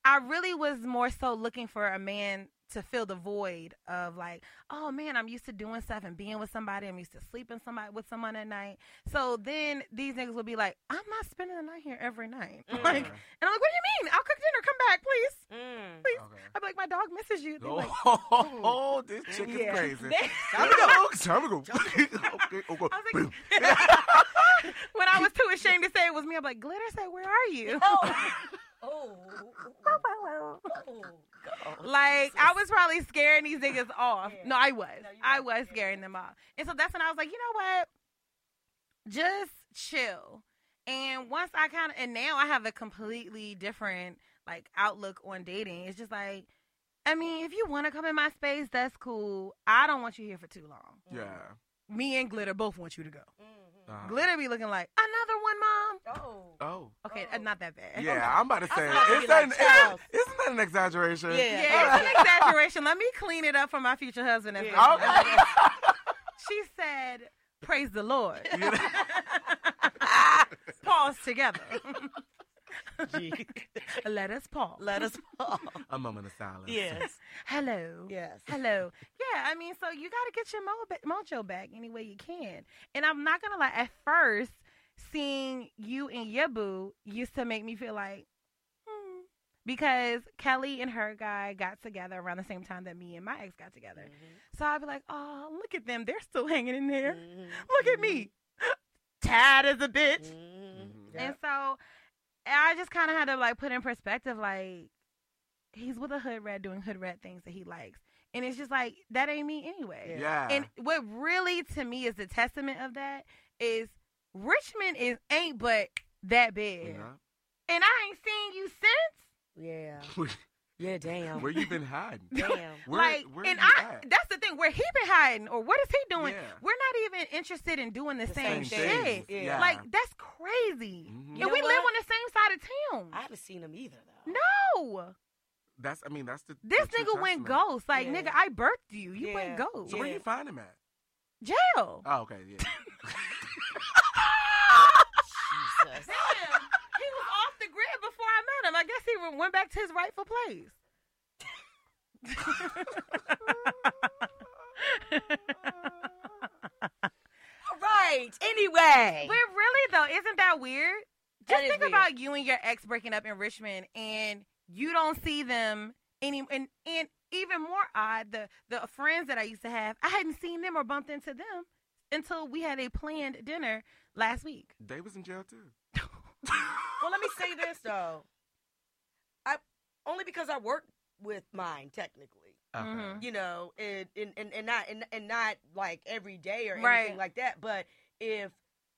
I really was more so looking for a man to fill the void of like, oh man, I'm used to doing stuff and being with somebody. I'm used to sleeping somebody with someone at night. So then these niggas will be like, I'm not spending the night here every night. Like, and I'm like, Mm. what do you mean? I'll cook dinner. Come back, please. Mm. Please. Okay. I'm like, my dog misses you. They're Oh, like, this chick is crazy. They- Time to go. Time to go. Okay, okay, okay. I was Boom. like, when I was too ashamed to say it was me, I'm like, Glitter said, where are you? Oh. oh. Like I was probably scaring these niggas off. Yeah. No, I was. No, you I were. was scaring them off. And so that's when I was like, you know what? Just chill. And once I kind of and now I have a completely different like outlook on dating. It's just like I mean, if you want to come in my space, that's cool. I don't want you here for too long. Yeah. Me and Glitter both want you to go. Mm-hmm. Uh, Glitter be looking like another one, mom. Oh. Oh. Okay, Oh. uh, not that bad. Yeah, I'm about to say, about to be is that, like, an, child. isn't that an exaggeration? Yeah. Yeah, it's an exaggeration. Let me clean it up for my future husband. if Yeah. that's what Okay. She said, "Praise the Lord." You know? pause together. Let us pause. Let us fall. A moment of silence. Yes. Hello. Yes. Hello. Yeah, I mean, so you got to get your mo- ba- mojo back any way you can. And I'm not going to lie, at first, seeing you and your boo used to make me feel like, hmm. Because Kelly and her guy got together around the same time that me and my ex got together. So I'd be like, oh, look at them. They're still hanging in there. Look at me. Tad as a bitch. Mhm. And so I just kind of had to like put in perspective, like he's with a hood rat doing hood rat things that he likes, and it's just like that ain't me anyway. Yeah. And what really to me is the testament of that is Richmond is ain't but that big, You and I ain't seen you since. Yeah. know? Yeah, damn. Where you been hiding? damn. Where, like, where and you I at? that's the thing where he been hiding or what is he doing? Yeah. We're not even interested in doing the, same, same thing. shit. Yeah. Yeah. Like that's crazy. Mhm. And You know we live what? on the same side of town. I haven't seen him either though. no. That's, I mean, that's the. the This true nigga went testament. ghost. Like, Yeah. nigga, I birthed you. You Yeah. went ghost. So where Yeah. you find him at? Jail. Oh, okay, yeah. Jesus. Damn. he was off the grid before I met him. I guess he went- went back to his rightful place. All right. Anyway. but really, though, isn't that weird? That Just is think weird. about you and your ex breaking up in Richmond, and you don't see them any. And, and even more odd, the the friends that I used to have, I hadn't seen them or bumped into them until we had a planned dinner last week. they was in jail too. Well, let me say this though. I only because I work with mine technically, Okay. Mhm. you know, and and and, and not and, and not like every day or anything Right. like that. But if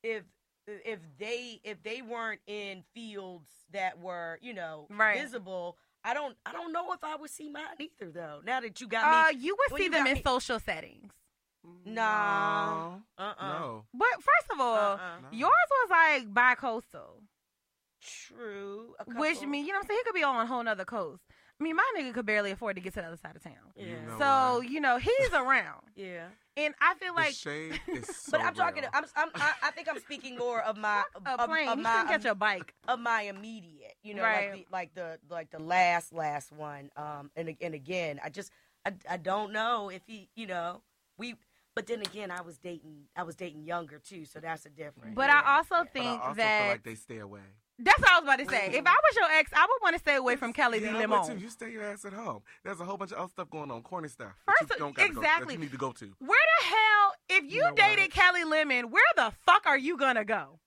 if if they if they weren't in fields that were you know Right. visible, I don't I don't know if I would see mine either though. Now that you got Uh, me, you would Well, see you them got in me- social settings. nah, uh uh Uh-uh. No. But first of all, Uh-uh. No. yours was like bi coastal, true. a which couple. mean, you know what I'm saying? He could be on a whole nother coast. I mean, my nigga could barely afford to get to the other side of town. yeah, You know so, why. you know, he's around. yeah. And I feel the like shade is so But I'm talking. real. I'm, I'm, I I think I'm speaking more of my of, a plane, of you my couldn't catch a bike. of my immediate, you know, Right. like, the, like the like the last last one. Um, and ag- and again, I just I, I don't know if he, you know, we. But then again, I was dating I was dating younger too, so that's a difference. But I also But think I also that feel like they stay away. that's what I was about to say. If I was your ex, I would want to stay away from Kelly yeah, D. I would too. Limon. You stay your ass at home. There's a whole bunch of other stuff going on, corny stuff. that First you of- don't gotta Go, that exactly. you need to go to. Where the hell, if you know what? dated Kelly Lemon, where the fuck are you gonna go?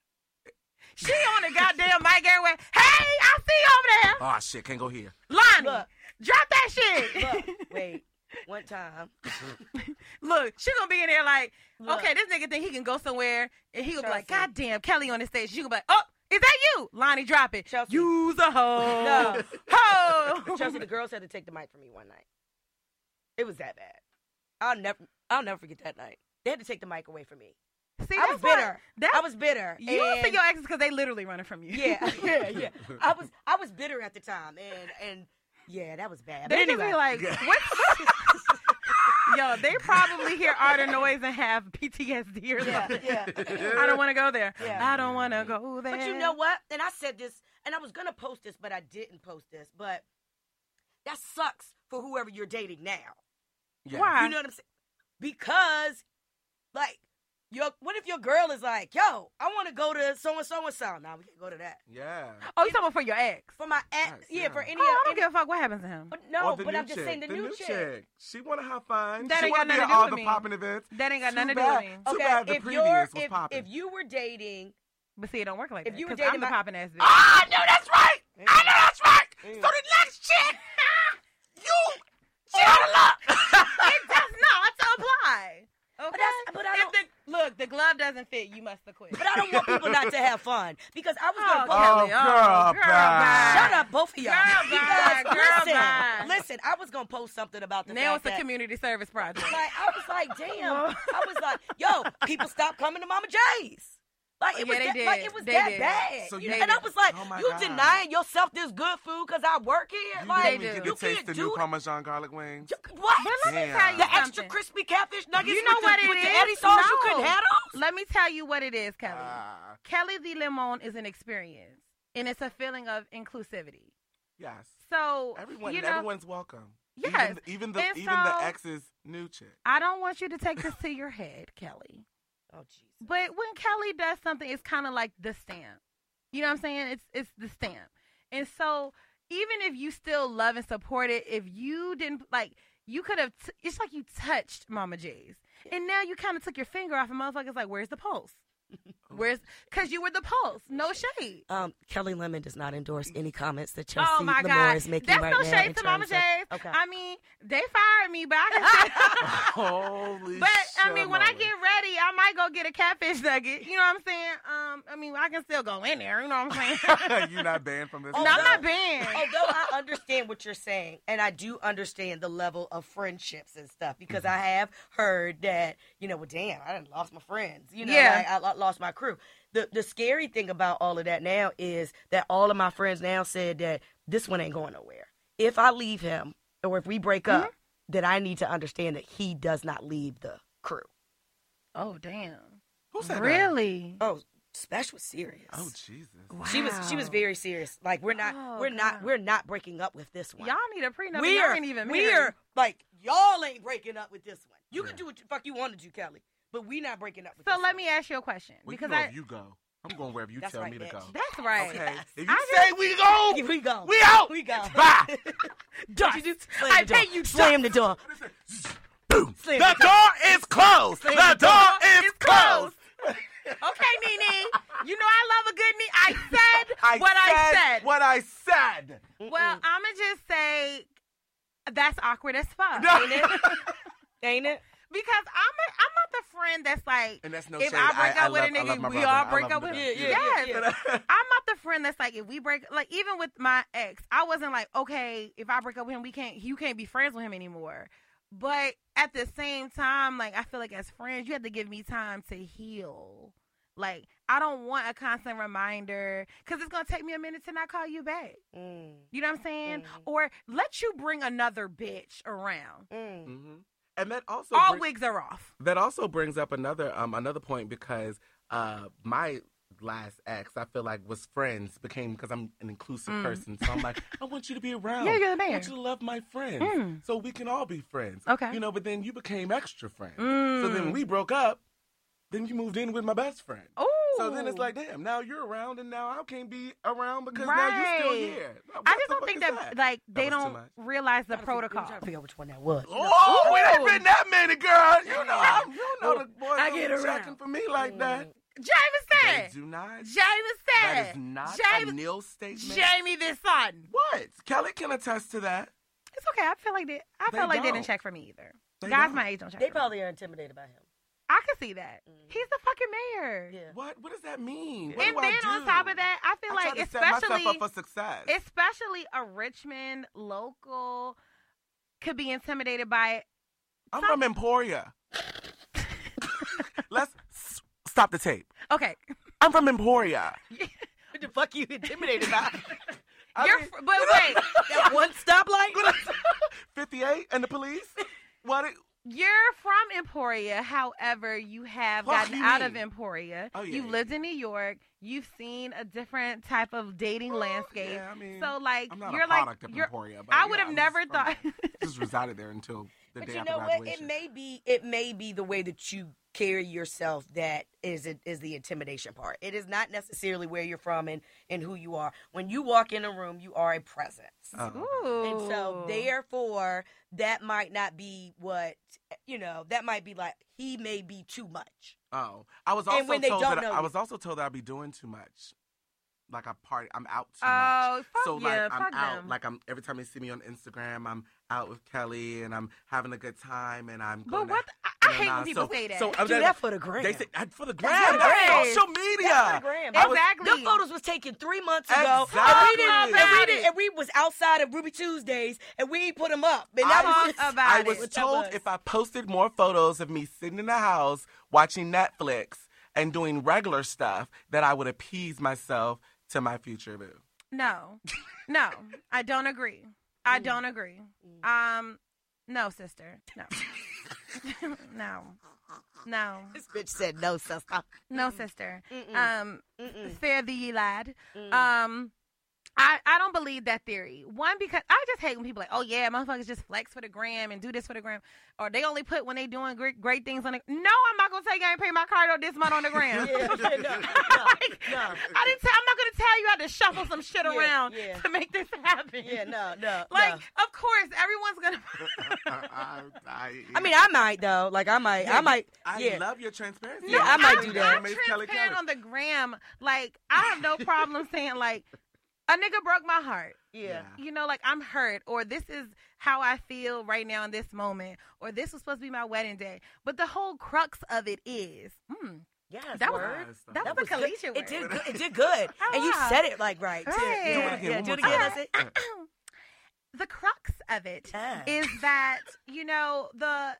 She on the goddamn mic everywhere. Hey, I see you over there. Oh shit, can't go here. Lonnie, Look. drop that shit. Look, wait, one time, Look, she gonna be in there like, Look. okay, this nigga think he can go somewhere, and he gonna be like, Chelsea. goddamn, Kelly on the stage. She gonna be like, oh, is that you? Lonnie, drop it. Chelsea. Use a hoe. No. Hoe. Chelsea, the girls had to take the mic from me one night. It was that bad. I'll never I'll never forget that night. They had to take the mic away from me. See, I was that's why- bitter. that- I was bitter. You don't see and- your exes because they literally running from you. Yeah, yeah, yeah. I was I was bitter at the time, and and yeah, that was bad. They But just anyway, be like, what? Yo, they probably hear art and noise and have PTSD or yeah, something. yeah. I don't want to go there. Yeah. I don't want to go there. But you know what? And I said this, and I was gonna post this, but I didn't post this. But That sucks for whoever you're dating now. Yeah. Why? You know what I'm saying? Because, like, your what if your girl is like, yo, I want to go to so and so and so. Now we can't go to that. Yeah. Oh, you talking about for your ex? For my ex, Facts, yeah, yeah. for any, Oh, I don't any give a fuck what happens to him. but Or no, the but new I'm just chick. saying the, new, chick. She want to have fun. That she ain't wanna got nothing be to at do all with the me. popping events. That ain't got Too nothing to do bad. with me. Too Okay, bad the if you're previous was if, popping. if you were dating, But see, it don't work like If that. you were 'cause dating I'm the my- popping ass bitch. Ah, I know that's right. I know that's right. So the next chick, you shut up. it does not apply. Okay. that's- but I if don't- the, look, the glove doesn't fit, you must have quit. but I don't want people not to have fun because I was Oh, gonna Oh, Kelly, girl, girl, bye. bye. Shut up, both of y'all. Girl, You bye, guys, girl, listen, bye. listen. I was gonna post something about the Now fact it's a that- community service project. Like I was like, damn. Well- I was like, yo, people stopped coming to Mama J's. Like Yeah, it was, they that, did. like it was They that did. bad. So you you know? didn't- and I was like, Oh my you God. denying yourself this good food because I work here? You like didn't even do. get you to taste can't the do new that. Parmesan garlic wings. You- What? But let me Damn. tell you the extra something. crispy catfish nuggets. You know with what the, it with is? The Eddie sauce, you No. couldn't have those. Let me tell you what it is, Kelly. Ah, Kelly the Limon is an experience, and it's a feeling of inclusivity. yes. So Everyone, you know, everyone's welcome. Yes. Even, even the And even the so- ex's new chick. I don't want you to take this to your head, Kelly. Oh Jesus. But when Kelly does something, it's kind of like the stamp. You know what I'm saying? It's it's the stamp. And so even if you still love and support it, if you didn't like, you could have. T- it's like you touched Mama J's, and now you kind of took your finger off, and motherfuckers like, where's the pulse? Where's? Cause you were the pulse. No shade. Um, Kelly Lemon does not endorse any comments that Chelsea Oh my Lamore God, is making that's right no now. in shade to Mama terms of- J's. Okay. I mean, they fired me, but I can Holy But I shit, mean, when I Molly. get ready, I might go get a catfish nugget. You know what I'm saying? Um, I mean, I can still go in there. You know what I'm saying? you're not banned from this. no, event. I'm not banned. Oh. although I understand what you're saying, and I do understand the level of friendships and stuff, because I have heard that, you know, well, damn, I done lost my friends. You know, Yeah. like, I lo- lost my crew. The the scary thing about all of that now is that all of my friends now said that this one ain't going nowhere. If I leave him, or if we break Mm-hmm. up, that I need to understand that he does not leave the crew. Oh damn! Who said that? Really? Oh, special serious. Oh Jesus. She was she was Wow. very serious. Like we're not Oh, we're not God. we're not breaking up with this one. Y'all need a prenup. and we're Y'all ain't even married. we're like y'all ain't breaking up with this one. You can do what the fuck you want to do, Kelly, but we not breaking up. with So this let one. me ask you a question Well, because you go I. if you go. I'm going wherever you That's tell right, me to bitch. go. that's right. Okay. If you I say we go, Yeah, we go. we out. We go. Bye. Don't you do? Slam I the door. pay you Slam the door. Boom. Slam the the door is closed. The door is It's closed. closed. Okay, Nene. You know I love a good Nene. I said I what I said. What Mm. I said. Well, I'ma just say that's awkward as fuck. No. Ain't it? Ain't it? Because I'm a, I'm not the friend that's like And that's no if shade. I break I- I up with love- I a love my nigga, we brother. all I break love up my with. brother. Yeah, yeah, yes. yeah, yeah. I'm not the friend that's like if we break like even with my ex, I wasn't like okay if I break up with him, we can't you can't be friends with him anymore. But at the same time, like I feel like as friends, you have to give me time to heal. Like I don't want a constant reminder because it's gonna take me a minute to not call you back. Mm, You know what I'm saying? Mm. Mhm. Or let you bring another bitch around. mm. hmm And that also All brings- wigs are off. that also brings up another um another point because uh my last ex I feel like was friends became because I'm an inclusive Mm. person so I'm like I want you to be around Yeah, you're the I man. want you to love my friends Mm. so we can all be friends Okay. you know but then you became extra friends so Mm. then we broke up then you moved in with my best friend Ooh. so then it's like damn now you're around and now I can't be around because now you're Right. still here Now, I what just the don't fuck think is that, like they was too don't much. realize the I'm protocol. trying to figure out which one that was. Oh, it ain't Ooh. been that many, girl. You know, I'm, you know the boys I don't get be around. Mm. checking for me like that. They Jameson, do not. That is Jameson, not a Jamie, Neil statement. Jamie, this son. what? Kelly can attest to that. It's okay. I feel like they. I They feel like they don't. didn't check for me either. They Guys don't. my age don't check. They for me. probably are intimidated by him. I can see that. He's the fucking mayor. Yeah. What? What does that mean? What Mm. And do I then on do? top of that, I feel I like try to set especially myself up for success. especially a Richmond local could be intimidated by it. I'm from Emporia. Let's s- stop the tape. Okay, I'm from Emporia. What the fuck you intimidated by? I you're mean- fr- but wait, that one stoplight. 58 and the police. What? It, You're from Emporia, however, you have Fuck gotten you out mean. of Emporia. Oh, yeah, You've yeah. lived in New York. You've seen a different type of dating Well, landscape. yeah, I mean, so like I'm not you're a product like of you're, Emporia, but I yeah, would have I'm never just thought from- just resided there until the But day you after know what? It graduation. may be it may be the way that you carry yourself that is it is the intimidation part. It is not necessarily where you're from and and who you are. When you walk in a room, you are a presence. Oh, And so Ooh. therefore that might not be what you know, that might be like he may be too much. oh, I was And also when they told don't that know I you. was also told that I'd be doing too much. Like I party, I'm out too much. Oh, fuck so yeah, like I'm fuck out, them. like I'm every time you see me on Instagram, I'm out with Kelly and I'm having a good time and I'm. but going what to- the, I, I and hate I'm- when people so- say that. So I'm Do just- that for the gram. They say "Ah, for the for gram. the That's gram. social media. That's for the gram. I was- Exactly. The photos was taken three months ago. Exactly. And, we didn't, and, About we didn't, it. and we was outside of Ruby Tuesdays and we put them up. And I that was Talk just, about I it. was What that told was. if I posted more photos of me sitting in the house watching Netflix and doing regular stuff, that I would appease myself to my future boo. No, no, I don't agree. I don't agree. Mm. Um, no, sister, no, no, no, This bitch said no, sister. no, sister. Mm-mm. Um, Mm-mm. fair the ye lad. Mm. Um, I, I don't believe that theory. One because I just hate when people like, oh yeah, motherfuckers just flex for the gram and do this for the gram, or they only put when they doing great great things on. The, no, I'm not gonna say I ain't pay my card on this month on the gram. Yeah, no, no, Like, no. I didn't. Tell, I'm not gonna tell you how to shuffle some shit Yeah, around yeah. to make this happen. Yeah, no, no. Like, no. of course, everyone's gonna. I mean, I might though. Like, I might, I might. I yeah, love your transparency. Yeah, I might do I'm- that. I'm transparent on the gram. Like, I have no problem saying like, a nigga broke my heart. yeah. You know, like I'm hurt, or this is how I feel right now in this moment, or this was supposed to be my wedding day. But the whole crux of it is, hmm, Yes, that was word. Yes, that, that was good. a collegiate word. It did good. It did good. and you wow. said it like right. too. Right. Do it Yeah, again, yeah, one do it more again. time. That's it. the crux of it Yeah. is that you know the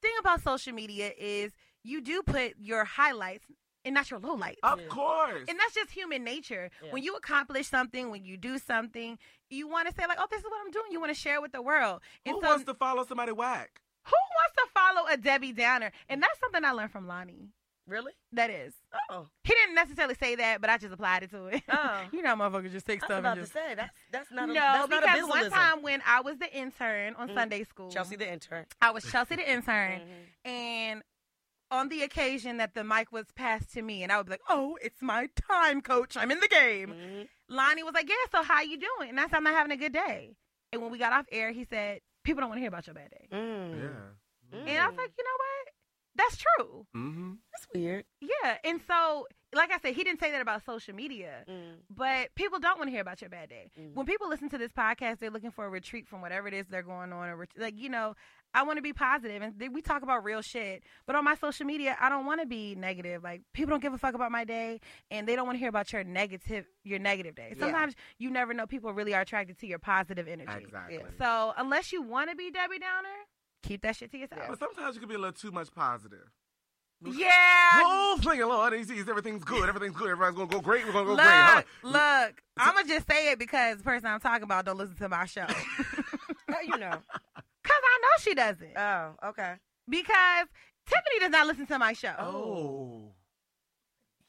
thing about social media is you do put your highlights and not your lowlights. Of course. And that's just human nature. Yeah. When you accomplish something, when you do something, you want to say like, "Oh, this is what I'm doing." You want to share with the world. And Who so, um, wants to follow somebody whack? who wants to follow a Debbie Downer? And that's something I learned from Lonnie. Really? That is, Oh, he didn't necessarily say that, but I just applied it to it. Oh. you know, motherfuckers just take I was stuff about and just. to say that's that's not a, no, that's not a because one businessism. time when I was the intern on Mm. Sunday school, Chelsea the Mm-hmm. intern. I was Chelsea the intern, and on the occasion that the mic was passed to me, and I would be like, "Oh, it's my time, coach. I'm in the game." Mhm. Lonnie was like, "Yeah, so how you doing?" And I said, "I'm not having a good day." And when we got off air, he said, "People don't want to hear about your bad day." Mm. Yeah. Mm. And I was like, "You know what? That's true. Mm-hmm. That's weird. Yeah." And so, like I said, he didn't say that about social media, Mm. but people don't want to hear about your bad day. Mm. When people listen to this podcast, they're looking for a retreat from whatever it is they're going on, or ret- like you know, I want to be positive, and th- we talk about real shit. But on my social media, I don't want to be negative. Like people don't give a fuck about my day, and they don't want to hear about your negative, your negative day. Yeah. Sometimes you never know. People really are attracted to your positive energy. Exactly. So unless you want to be Debbie Downer, keep that shit to But yourself. sometimes you can be a little too much positive. Yeah. Oh, thank you, Lord. He sees everything's good. Everything's good. Everybody's going to go great. We're going to go Look, great. Huh? look. I'ma just say it because the person I'm talking about don't listen to my show. How Oh, you know? Cause I know she doesn't. Oh, okay. because Tiffany does not listen to my show. Oh.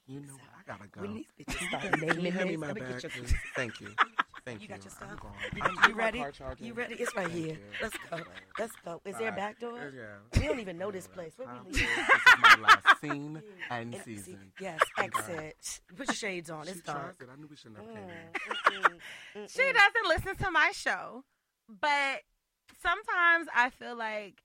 You know what? I got to go. When these bitches start naming Can you hand me names, my let me get bag, your- please? Thank you. Thank you. You got your I'm stuff? gone. You- I'm- You my ready? car charging. You ready? It's right Thank here. you. Let's go. Let's go. Is there a Bye. back door? Yeah. We don't even know this place. Where we Time leave? is- This is my last scene and And- see, season. Yes, exit. Put your shades on. It's She tries dark. it. I knew we shouldn't have came in. Mm, mm, mm, She mm. doesn't listen to my show, but sometimes I feel like,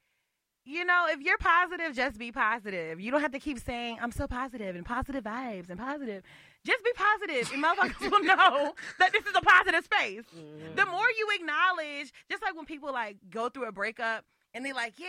you know, if you're positive, just be positive. You don't have to keep saying, I'm so positive and positive vibes and positive. Just be positive, and motherfuckers will know that this is a positive space. The more you acknowledge, just like when people like go through a breakup and they like, yeah,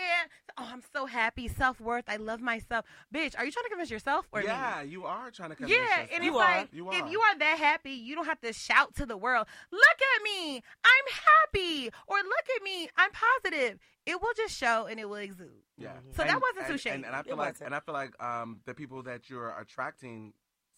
oh, I'm so happy, self worth, I love myself. Bitch, are you trying to convince yourself or me? Yeah, you are trying to convince Yeah, yourself. and You it's are. like You are. if you are that happy, you don't have to shout to the world, "Look at me, I'm happy," or "Look at me, I'm positive." It will just show and it will exude. Yeah. So that wasn't too and, shady. And, and I It feel like, wasn't. and I feel like um, the people that you're attracting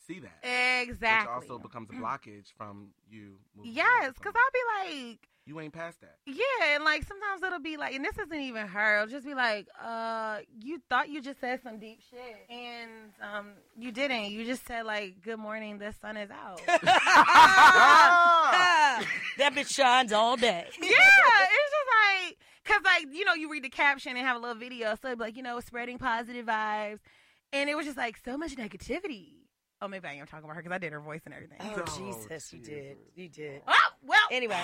see that, Exactly. Mm. which also becomes a blockage from you. moving forward yes, with because someone. I'll be like, You ain't past that. Yeah, and like sometimes it'll be like, and this isn't even her. It'll just be like, uh, you thought you just said some deep shit, and um, you didn't. You just said like, "Good morning, the sun is out." yeah, it's Ah! that bitch shines all day. just like, cause like you know, you read the caption and have a little video, so it'd be like you know, spreading positive vibes, and it was just like so much negativity. Oh, maybe I am talking about her because I did her voice and everything. Oh, Oh, Jesus, you did. Jesus. You did. Oh well. Anyway.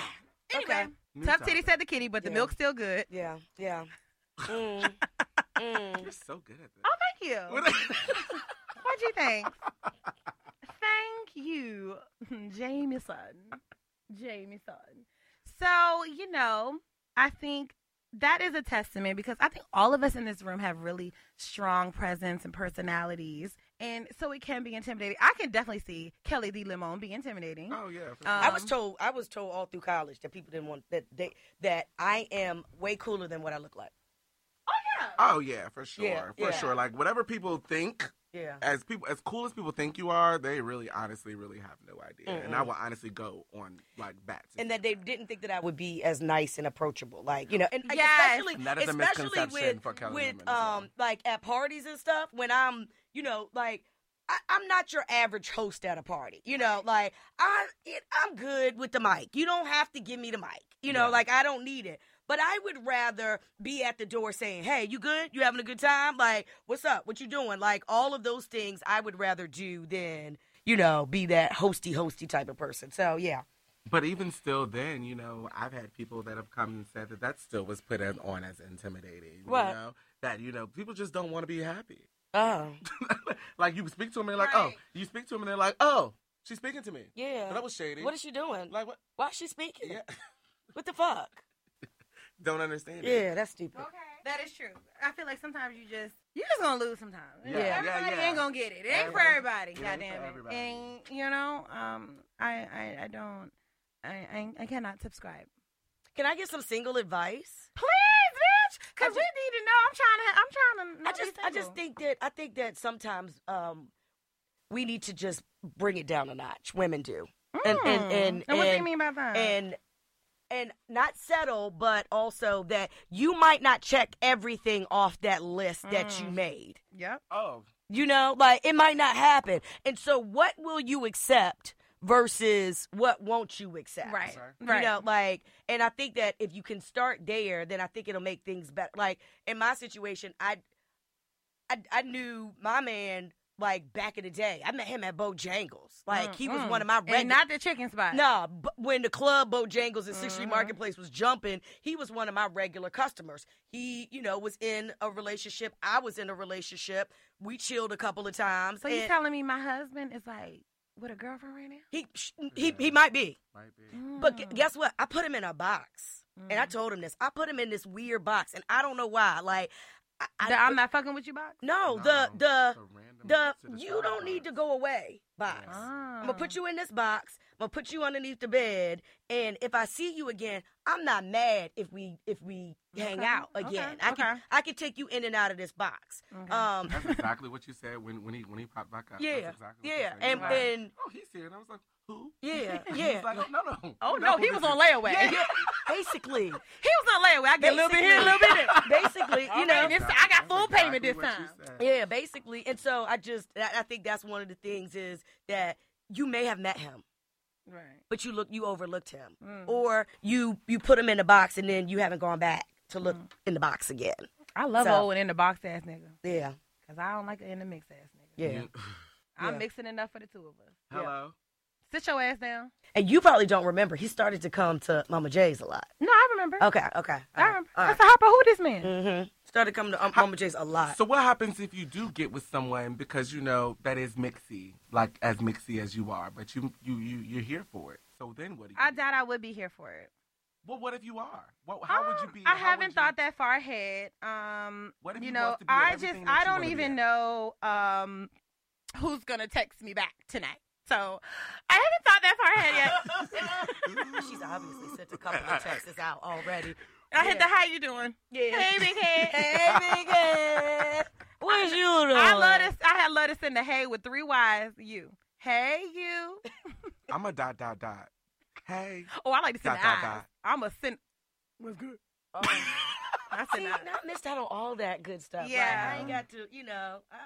Anyway, okay. New tough topic. titty said the kitty, but the Yeah. milk's still good. Yeah, yeah. Mm. Mm. You're so good at this. Oh, thank you. What- What'd you think? Thank you, Jamieson. Jamieson. So, you know, I think that is a testament because I think all of us in this room have really strong presence and personalities. And so it can be intimidating. I can definitely see Kelly D. Limon be intimidating. oh yeah. for Um, sure. I was told I was told all through college that people didn't want that they that I am way cooler than what I look like. Oh yeah, for sure, Yeah, yeah. for sure. Like whatever people think, Yeah. as people as cool as people think you are, they really honestly really have no idea. And I will honestly go on like bat. to And that they didn't think that I would be as nice and approachable, like you know, and like, Yes. especially And that is a especially misconception with for Kelly with Newman as well. um like at parties and stuff when I'm you know like I, I'm not your average host at a party, you know, like I it, I'm good with the mic. You don't have to give me the mic, you know, Yeah. like I don't need it. But I would rather be at the door saying, "Hey, you good? You having a good time? Like, what's up? What you doing? Like, all of those things I would rather do than you know be that hosty hosty type of person." So yeah, But even still, then you know, I've had people that have come and said that that still was put in, on as intimidating. Right. You know that you know people just don't want to be happy. oh like you speak to them, and they're like, Right. oh, you speak to them, and they're like, oh, she's speaking to me. yeah. That was shady. What is she doing? like what? Why is she speaking? Yeah, What the fuck? don't understand. It. Yeah, that's stupid. That is true. I feel like sometimes you just you just gonna lose sometimes. Yeah, yeah, everybody yeah. ain't gonna get it. It ain't for Everybody- everybody. it ain't goddamn for it. everybody. And you know, um, I I, I don't. I, I, I cannot subscribe. Can I get some single advice? Please, bitch, I because ju- we need to know. I'm trying to. I'm trying to. I not be just I just single. think that I think that sometimes um we need to just bring it down a notch. Women do. And and Mm. and, what do you and- mean by that? and and not settle, but also that you might not check everything off that list that you made. yep. Oh, You know, like it might not happen. And so what will you accept versus what won't you accept? Right. sorry. Right. You know, like, and I think that if you can start there, then I think it'll make things better. Like in my situation, I, I, I knew my man like back in the day. I met him at Bojangles. Like he was Mm-mm. one of my Mm, and regular. not the chicken spot. Nah, b- when the club Bojangles and 6th Street Mm-hmm. Marketplace was jumping, he was one of my regular customers. He, you know, was in a relationship. I was in a relationship. We chilled a couple of times. So you and telling me my husband is like with a girlfriend right now? he, sh- he he might be. might be. But Mm. gu- guess what? I put him in a box, and I told him this. I put him in this weird box, and I don't know why. Like, I, I, The I'm not fucking with you, box. no, Oh, No, the the it's a random the to the you don't sidebar. need to go away box. Yeah. I'm gonna put you in this box. I'm gonna put you underneath the bed, and if I see you again, I'm not mad if we if we hang Okay, out okay, again. I can okay. I can take you in and out of this box. Um, That's exactly what you said when, when he when he popped back up. That's yeah, exactly what you yeah, said. and You're like, and oh, he's here, and I was like, who? yeah, He's yeah. like, oh, no, no. Oh no, he was on layaway. Yeah, basically, He was on layaway. I get a little bit here, a little bit there. basically, you All know, right, this- I got full payment this time. Yeah, basically. And so I just I I think that's one of the things is that you may have met him, Right. but you look you overlooked him. Mm. Or you you put him in the box and then you haven't gone back to Mm. look in the box again. I love So- old and in the box ass nigga. Yeah. Cause I don't like an in the mix ass nigga. Yeah. I'm Yeah. mixing enough for the two of us. Hello. Sit your ass down. And you probably don't remember. He started to come to Mama J's a lot. No, I remember. Okay, okay. I remember. All right. Um, That's a hopper. Who this man? Mm-hmm. Started coming to um, Mama J's a lot. So what happens if you do get with someone because you know that is mixy, like as mixy as you are, but you you you you're here for it. So then what do you? I do? doubt I would be here for it. Well, what if you are? What, how would you Um, be? I how haven't would you- thought that far ahead. Um, What if you he know, wants to be at I just everything that I you don't wanna be even at? know um who's gonna text me back tonight. So I haven't thought that far ahead yet. She's obviously sent a couple of texts out already. I hit the how you doing? Yeah. Hey, big head. Hey, big head. Where's you doing? I love this. I had love to send a hey with three Y's. You. Hey, you. I'm a dot dot dot. Hey. Oh, I like to send Dot, the dot, eyes. dot. I'm a send. What's good? oh, I See, send and eyes. I missed out on all that good stuff. Like, Yeah. I ain't got to, you know. I,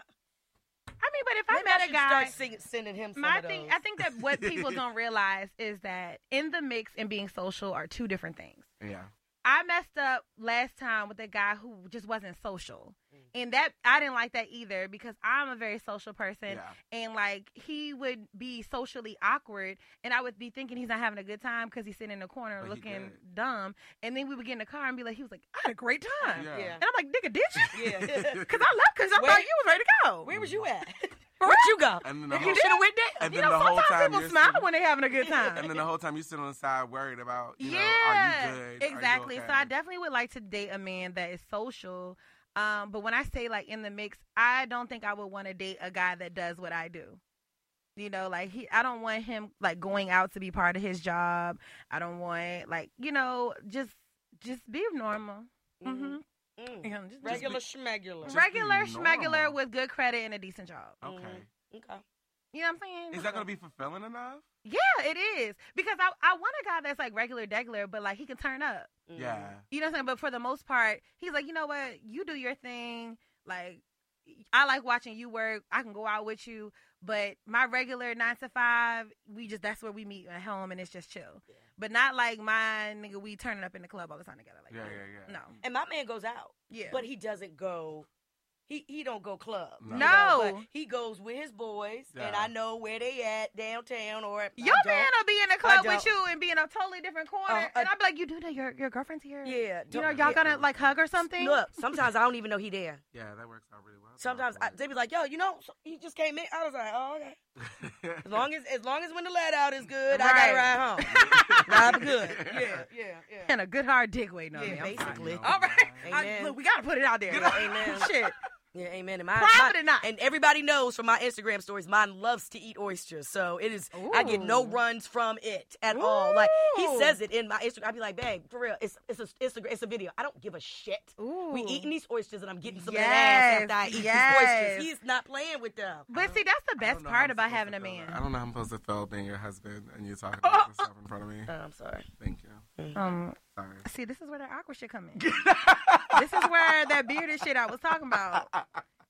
I mean, but if I maybe I met a should start guy, sing, sending him some my of those. thing, I think that what people don't realize is that in the mix and being social are two different things. Yeah. I messed up last time with a guy who just wasn't social. Mm. And that I didn't like that either because I'm a very social person Yeah. and like he would be socially awkward and I would be thinking he's not having a good time because he's sitting in the corner But he looking good. dumb. And then we would get in the car and be like, he was like, I had a great time. Yeah. Yeah. And I'm like, nigga, did you? Yeah. Because I left because I Where- thought you was ready to go. Where was you at? For Where'd real? you go? And then the If whole- you should have went there. And you then know, the whole sometimes time people you're smile sitting- when they're having a good time. And then the whole time you sit on the side worried about, you know, yeah, are you good? Are you exactly. So I okay? definitely would like to date a man that is social. Um, but when I say like in the mix, I don't think I would want to date a guy that does what I do. You know, like he, I don't want him like going out to be part of his job. I don't want like you know just just be normal. hmm Mm. Yeah, just, just Regular schmegular. Just be regular normal. schmegular with good credit and a decent job. Okay. Okay. You know what I'm saying? Is that going to be fulfilling enough? yeah, it is because I I want a guy that's like regular degular, but like he can turn up. Mm. Yeah. You know what I'm saying? But for the most part, he's like, you know what? You do your thing. Like, I like watching you work. I can go out with you. But my regular nine to five, we just that's where we meet at home and it's just chill. But not like my nigga, we turning up in the club all the time together. Like, Yeah, yeah, yeah. no, And my man goes out, yeah, but he doesn't go. He he don't go club. No. you know, but No. he goes with his boys, and Yeah. I know where they at downtown or at I your man don't- will be in the club don't- with you and be in a totally different corner, Uh, uh, and I'll be like, you do that? Your your girlfriend's here. Yeah, You know, don't- y'all yeah. gonna like hug or something? Look, sometimes I don't even know he there. Yeah, that works out really well. Sometimes I, they be like, "Yo, you know, so he just came in." I was like, "Oh, okay." As I, long as as long as when the let out is good, I gotta Right. ride home. I'm good. Yeah, yeah, yeah. and a good hard dig waiting on Yeah, me. I'm sorry. basically. All right, I, Amen. look, we gotta put it out there. Amen. Shit. Yeah, amen. And my, Private my- or not. and everybody knows from my Instagram stories, mine loves to eat oysters. So it is, I get no Ooh. runs from it at all. Like he Ooh. says it in my Instagram. I'd be like, babe, for real, it's it's a Instagram, it's a video. I don't give a shit. We Ooh. eating these oysters, and I'm getting some of that ass Yes, after I eat yes. these oysters. He's not playing with them. But see, that's the best don't know how I'm part about supposed to having a feel man. that. I don't know how I'm supposed to feel being your husband and you talking about this stuff in front of me. Oh, I'm sorry. Thank you. Um, Sorry. see, this is where that awkward shit come in. this is where that bearded shit I was talking about.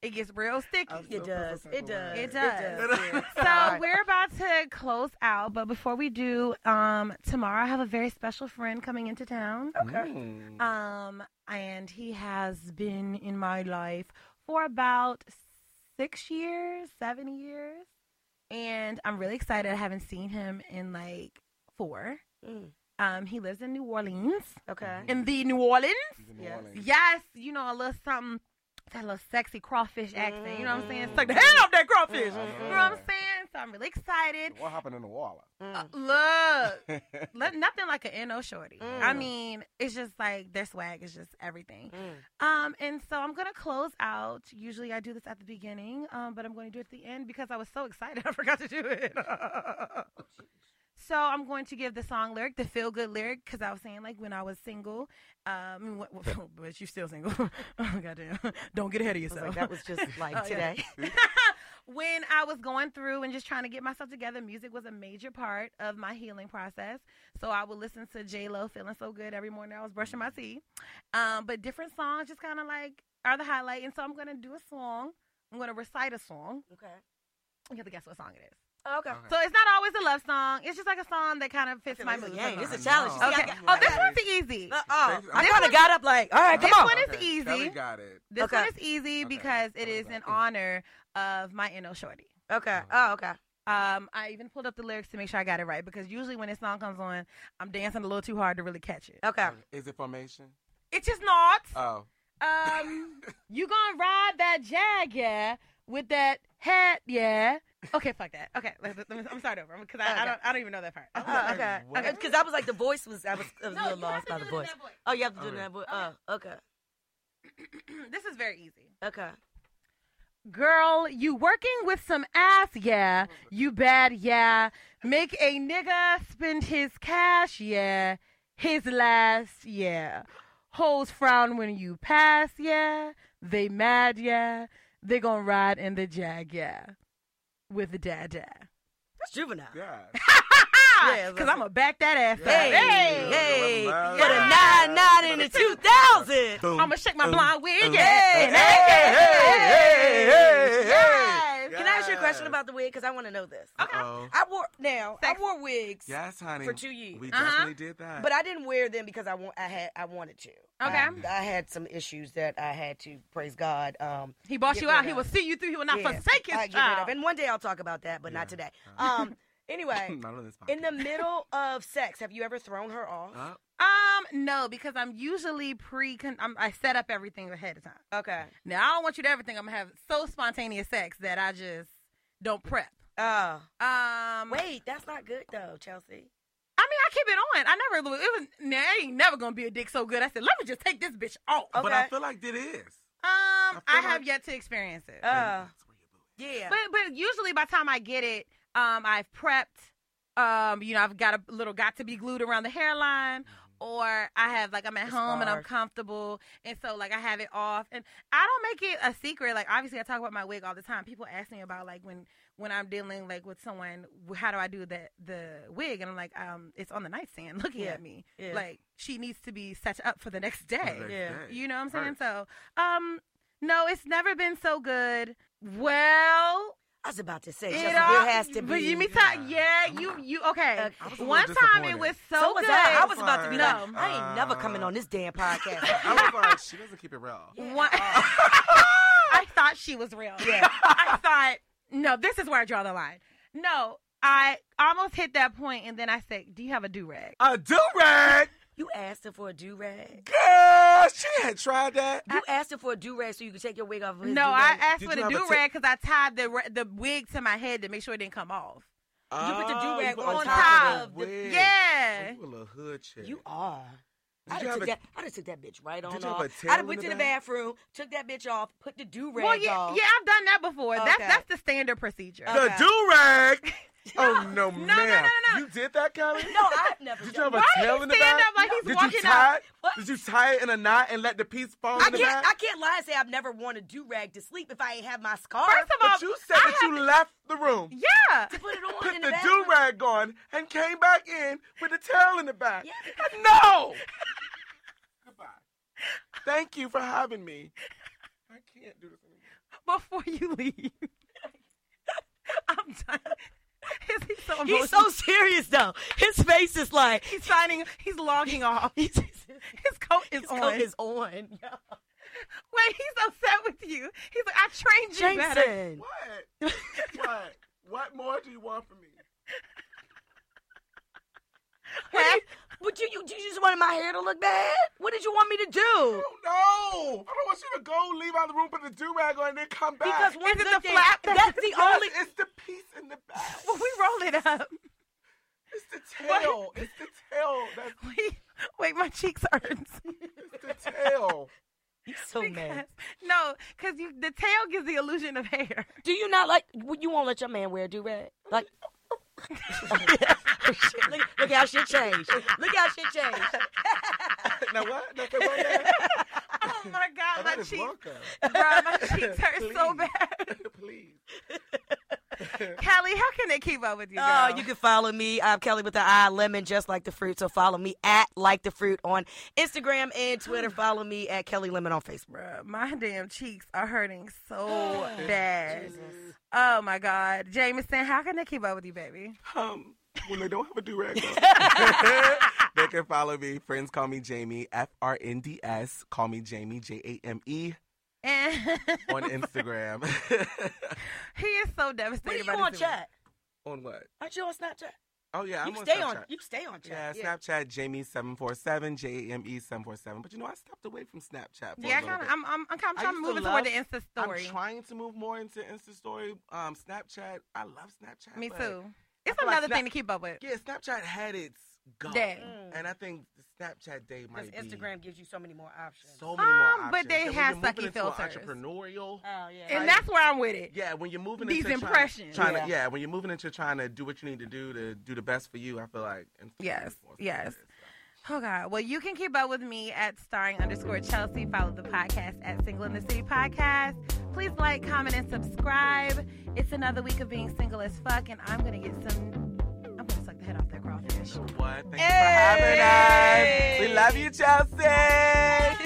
It gets real sticky. I'm It so does. fucking It does. It It does. does. So we're about to close out, but before we do, um, tomorrow I have a very special friend coming into town. Mm. Um, and he has been in my life for about six years, seven years. And I'm really excited. I haven't seen him in like four. Mm. Um, he lives in New Orleans. Okay. In the New Orleans? He's in New Yes. Orleans. Yes, you know, a little something. That little sexy crawfish accent, you know what I'm saying? Suck the hell out that crawfish, you know what I'm saying? So I'm really excited. Uh, What happened in the wall? Look, Let, nothing like an NO shorty. I Mm. mean, it's just like their swag is just everything. Mm. Um, and so I'm gonna close out. Usually I do this at the beginning, um, but I'm gonna do it at the end because I was so excited I forgot to do it. so I'm going to give the song lyric, the feel good lyric, because I was saying like when I was single, um, what, what, but you still single. oh goddamn! Don't get ahead of I was yourself. like, that was just like Oh, yeah. today. when I was going through and just trying to get myself together, music was a major part of my healing process. So I would listen to J Lo, feeling so good every morning. I was brushing my teeth, um, but different songs just kind of like are the highlight. And so I'm gonna do a song. I'm gonna recite a song. Okay. You have to guess what song it is. Okay. Okay. So it's not always a love song. It's just like a song that kind of fits my mood. Dang, this is a I challenge. You know. see, I Okay. got- Oh, I this got- one's easy. Uh-uh. This- I this kind one- of got up like, all right, come This on. one is easy. Kelly got it. This Okay. one is easy Okay. because it What is was in that? honor of my NO Shorty. Okay. Oh, okay. Um, I even pulled up the lyrics to make sure I got it right because usually when this song comes on, I'm dancing a little too hard to really catch it. Okay. Is it formation? It's just not. Oh. Um, you gonna ride that jag, yeah, with that hat, yeah. Okay, fuck that. Okay, let, let me, I'm start over because I, I Okay. don't, I don't even know that part. Oh, okay. what? Because I was like, the voice was, I was, I was a No, little you have lost to by the do it in voice. that voice. Oh, you have to do it in Okay. that voice. Oh, okay. this is very easy. Okay. Girl, you working with some ass, yeah. You bad, yeah. Make a nigga spend his cash, yeah. His last, yeah. Hoes frown when you pass, yeah. They mad, yeah. They gonna ride in the jag, yeah. With the dad, dad. That's juvenile. Yeah. Yeah, because I'm going to back that ass up. Hey, Hey. hey, Yeah. put a nine nine in the two thousand. Boom. I'm going to shake my Uh, Boom. blonde wig. Boom. Yes. Hey, hey, hey, hey, hey, Yes. hey. Can I ask you a Yes. question about the wig? Because I want to know this. Uh-oh. I wore now. I Sex- wore wigs, Yes, honey. For two years. We Uh-huh. definitely did that. but I didn't wear them because I want. I had. I wanted to. Um, Okay. I had some issues that I had to praise God. Um, He bought Get you rid out. of He it. will see you through. He will not yeah, forsake his I get rid child. of. And one day I'll talk about that, but not today. Um. Anyway, Not on this podcast. in the middle of sex, have you ever thrown her off? Uh, Um, no, because I'm usually pre. I'm, I set up everything ahead of time. Okay. Now I don't want you to everything. I'm gonna have so spontaneous sex that I just don't prep. Oh. Um, Wait, that's not good though, Chelsea. I mean, I keep it on. I never. It was. Nah, I ain't never gonna be a dick so good. I said, let me just take this bitch off. Okay. But I feel like it is. Um, I I, feel have like- yet to experience it. Uh, That's where you blew it. yeah. But but usually by the time I get it, um, I've prepped. Um, you know, I've got a little got to be glued around the hairline, or I have like I'm at Mm-hmm. The home and I'm scarf. comfortable, and so like I have it off, and I don't make it a secret. Like obviously, I talk about my wig all the time. People ask me about like when when I'm dealing like with someone, wh- how do I do the the wig? And I'm like, um, it's on the nightstand, looking Yeah, at me. yeah. Like she needs to be set up for the next day. The next Yeah. day. You know what I'm saying? Hurt. So, um, no, it's never been so good. Well, I was about to say, it, Chelsea, there all- has to be. But you mean Yeah. yeah, you you okay? I was a little One time it disappointed. was so, so was good. I. I was about to be No. like, I ain't never coming on this damn podcast. I was like, she doesn't keep it real. "Oh, One, I thought she was real. Yeah. I thought no, this is where I draw the line. No, I almost hit that point, and then I said, "Do you have a do rag?" A do rag. you asked her for a do rag. Girl, she had tried that. You asked her for a do rag so you could take your wig off. Of his No, I do-rag. asked Did for you the have a do rag because I tied the ra- the wig to my head to make sure it didn't come off. You put the Oh, do-rag you put on the top of the- wig. Yeah. Oh, you a little hood chick. You are. Did I you done have took a- that. I done took that bitch right on you have off. a tail I done in went the to the back? bathroom, took that bitch off, put the do rag Well, yeah, off. yeah, I've done that before. Okay. That's that's the standard procedure. the Okay. do rag. oh no, no, ma'am. no, no, no. You did that, Kelly? No, I've never. Did you done have that. a Why did tail he in the stand back? up like he's did you walking tie? out? it? What? Did you tie it in a knot and let the piece fall I in the can't. back? I can't lie and say I've never worn a do rag to sleep if I ain't have my scarf. First of all, But you said I that you left the room. yeah. to put it on put in the, the bathroom. do rag on and came back in with the tail in the back. Yeah. No. Goodbye. Thank you for having me. I can't do this anymore. Before you leave, I'm done. Is he so emotional? He's so serious though. His face is like He's signing. He's logging off. His his coat is on. coat is on. Wait, he's upset with you. He's like, I trained you better. Jason, What? what? What more do you want from me? Huh? but you, you you just wanted my hair to look bad. What did you want me to I do? don't know. I don't want you to go leave out of the room, put the do rag on, and then come back. Because one Is it good the thing- flap? That's the Yes, only. it's the piece in the back. Well, we roll it up. It's the tail. It's the tail. That's Wait, wait, my cheeks hurts. it's the tail. He's so mad. Because- no, because you the tail gives the illusion of hair. Do you not like? would- You won't let your man wear a do rag? Like. look, look how shit changed. Look how shit changed. now what? Nothing wrong there? Oh my Oh, God, my that is cheeks, Wonka. bro, my cheeks hurt so Please. bad. Please. Kelly, how can they keep up with Uh, you? Oh, girl? you can follow me. I'm Kelly with the eye lemon, just like the fruit. So follow me at like the fruit on Instagram and Twitter. Follow me at Kelly Lemon on Facebook. Bruh, my damn cheeks are hurting so bad. Oh my God. Jameson, how can they keep up with you, baby? Um, when they don't have a do rag they can follow me. Friends call me Jamie, F R N D S. Call me Jamie, J A M E, And on Instagram. he is so What are you devastated by on this chat? on what? Aren't you on Snapchat? Oh yeah, I'm you on stay Snapchat. on. You stay on yeah, chat. Snapchat Jamie seven four seven J A M E seven four seven. But you know, I stepped away from Snapchat. For Yeah, a I little kind of, bit. I'm, I'm, I'm, kind I of trying to used to move it toward the love- Insta story. I'm trying to move more into Insta story. Um, Snapchat. I love Snapchat. Me but- too. It's feel like another Snap- thing to keep up with. Yeah, Snapchat had its go, Day. and I think the Snapchat day might Because be Instagram gives you so many more options. so many more Um, options. but they And when have you're moving sucky into an filters. Entrepreneurial. oh yeah. And that's where I'm with it. Yeah, when you're moving These into tryna- impressions. tryna- yeah. Yeah. when you're moving into trying to do what you need to do to do the best for you, I feel like. Instagram Yes, is more yes. success. Oh God! Well, you can keep up with me at starring underscore Chelsea. Follow the podcast at Single in the City Podcast. Please like, comment, and subscribe. It's another week of being single as fuck, and I'm gonna get some. I'm gonna suck the head off that crawfish. What? Thank you for having us.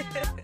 We love you, Chelsea.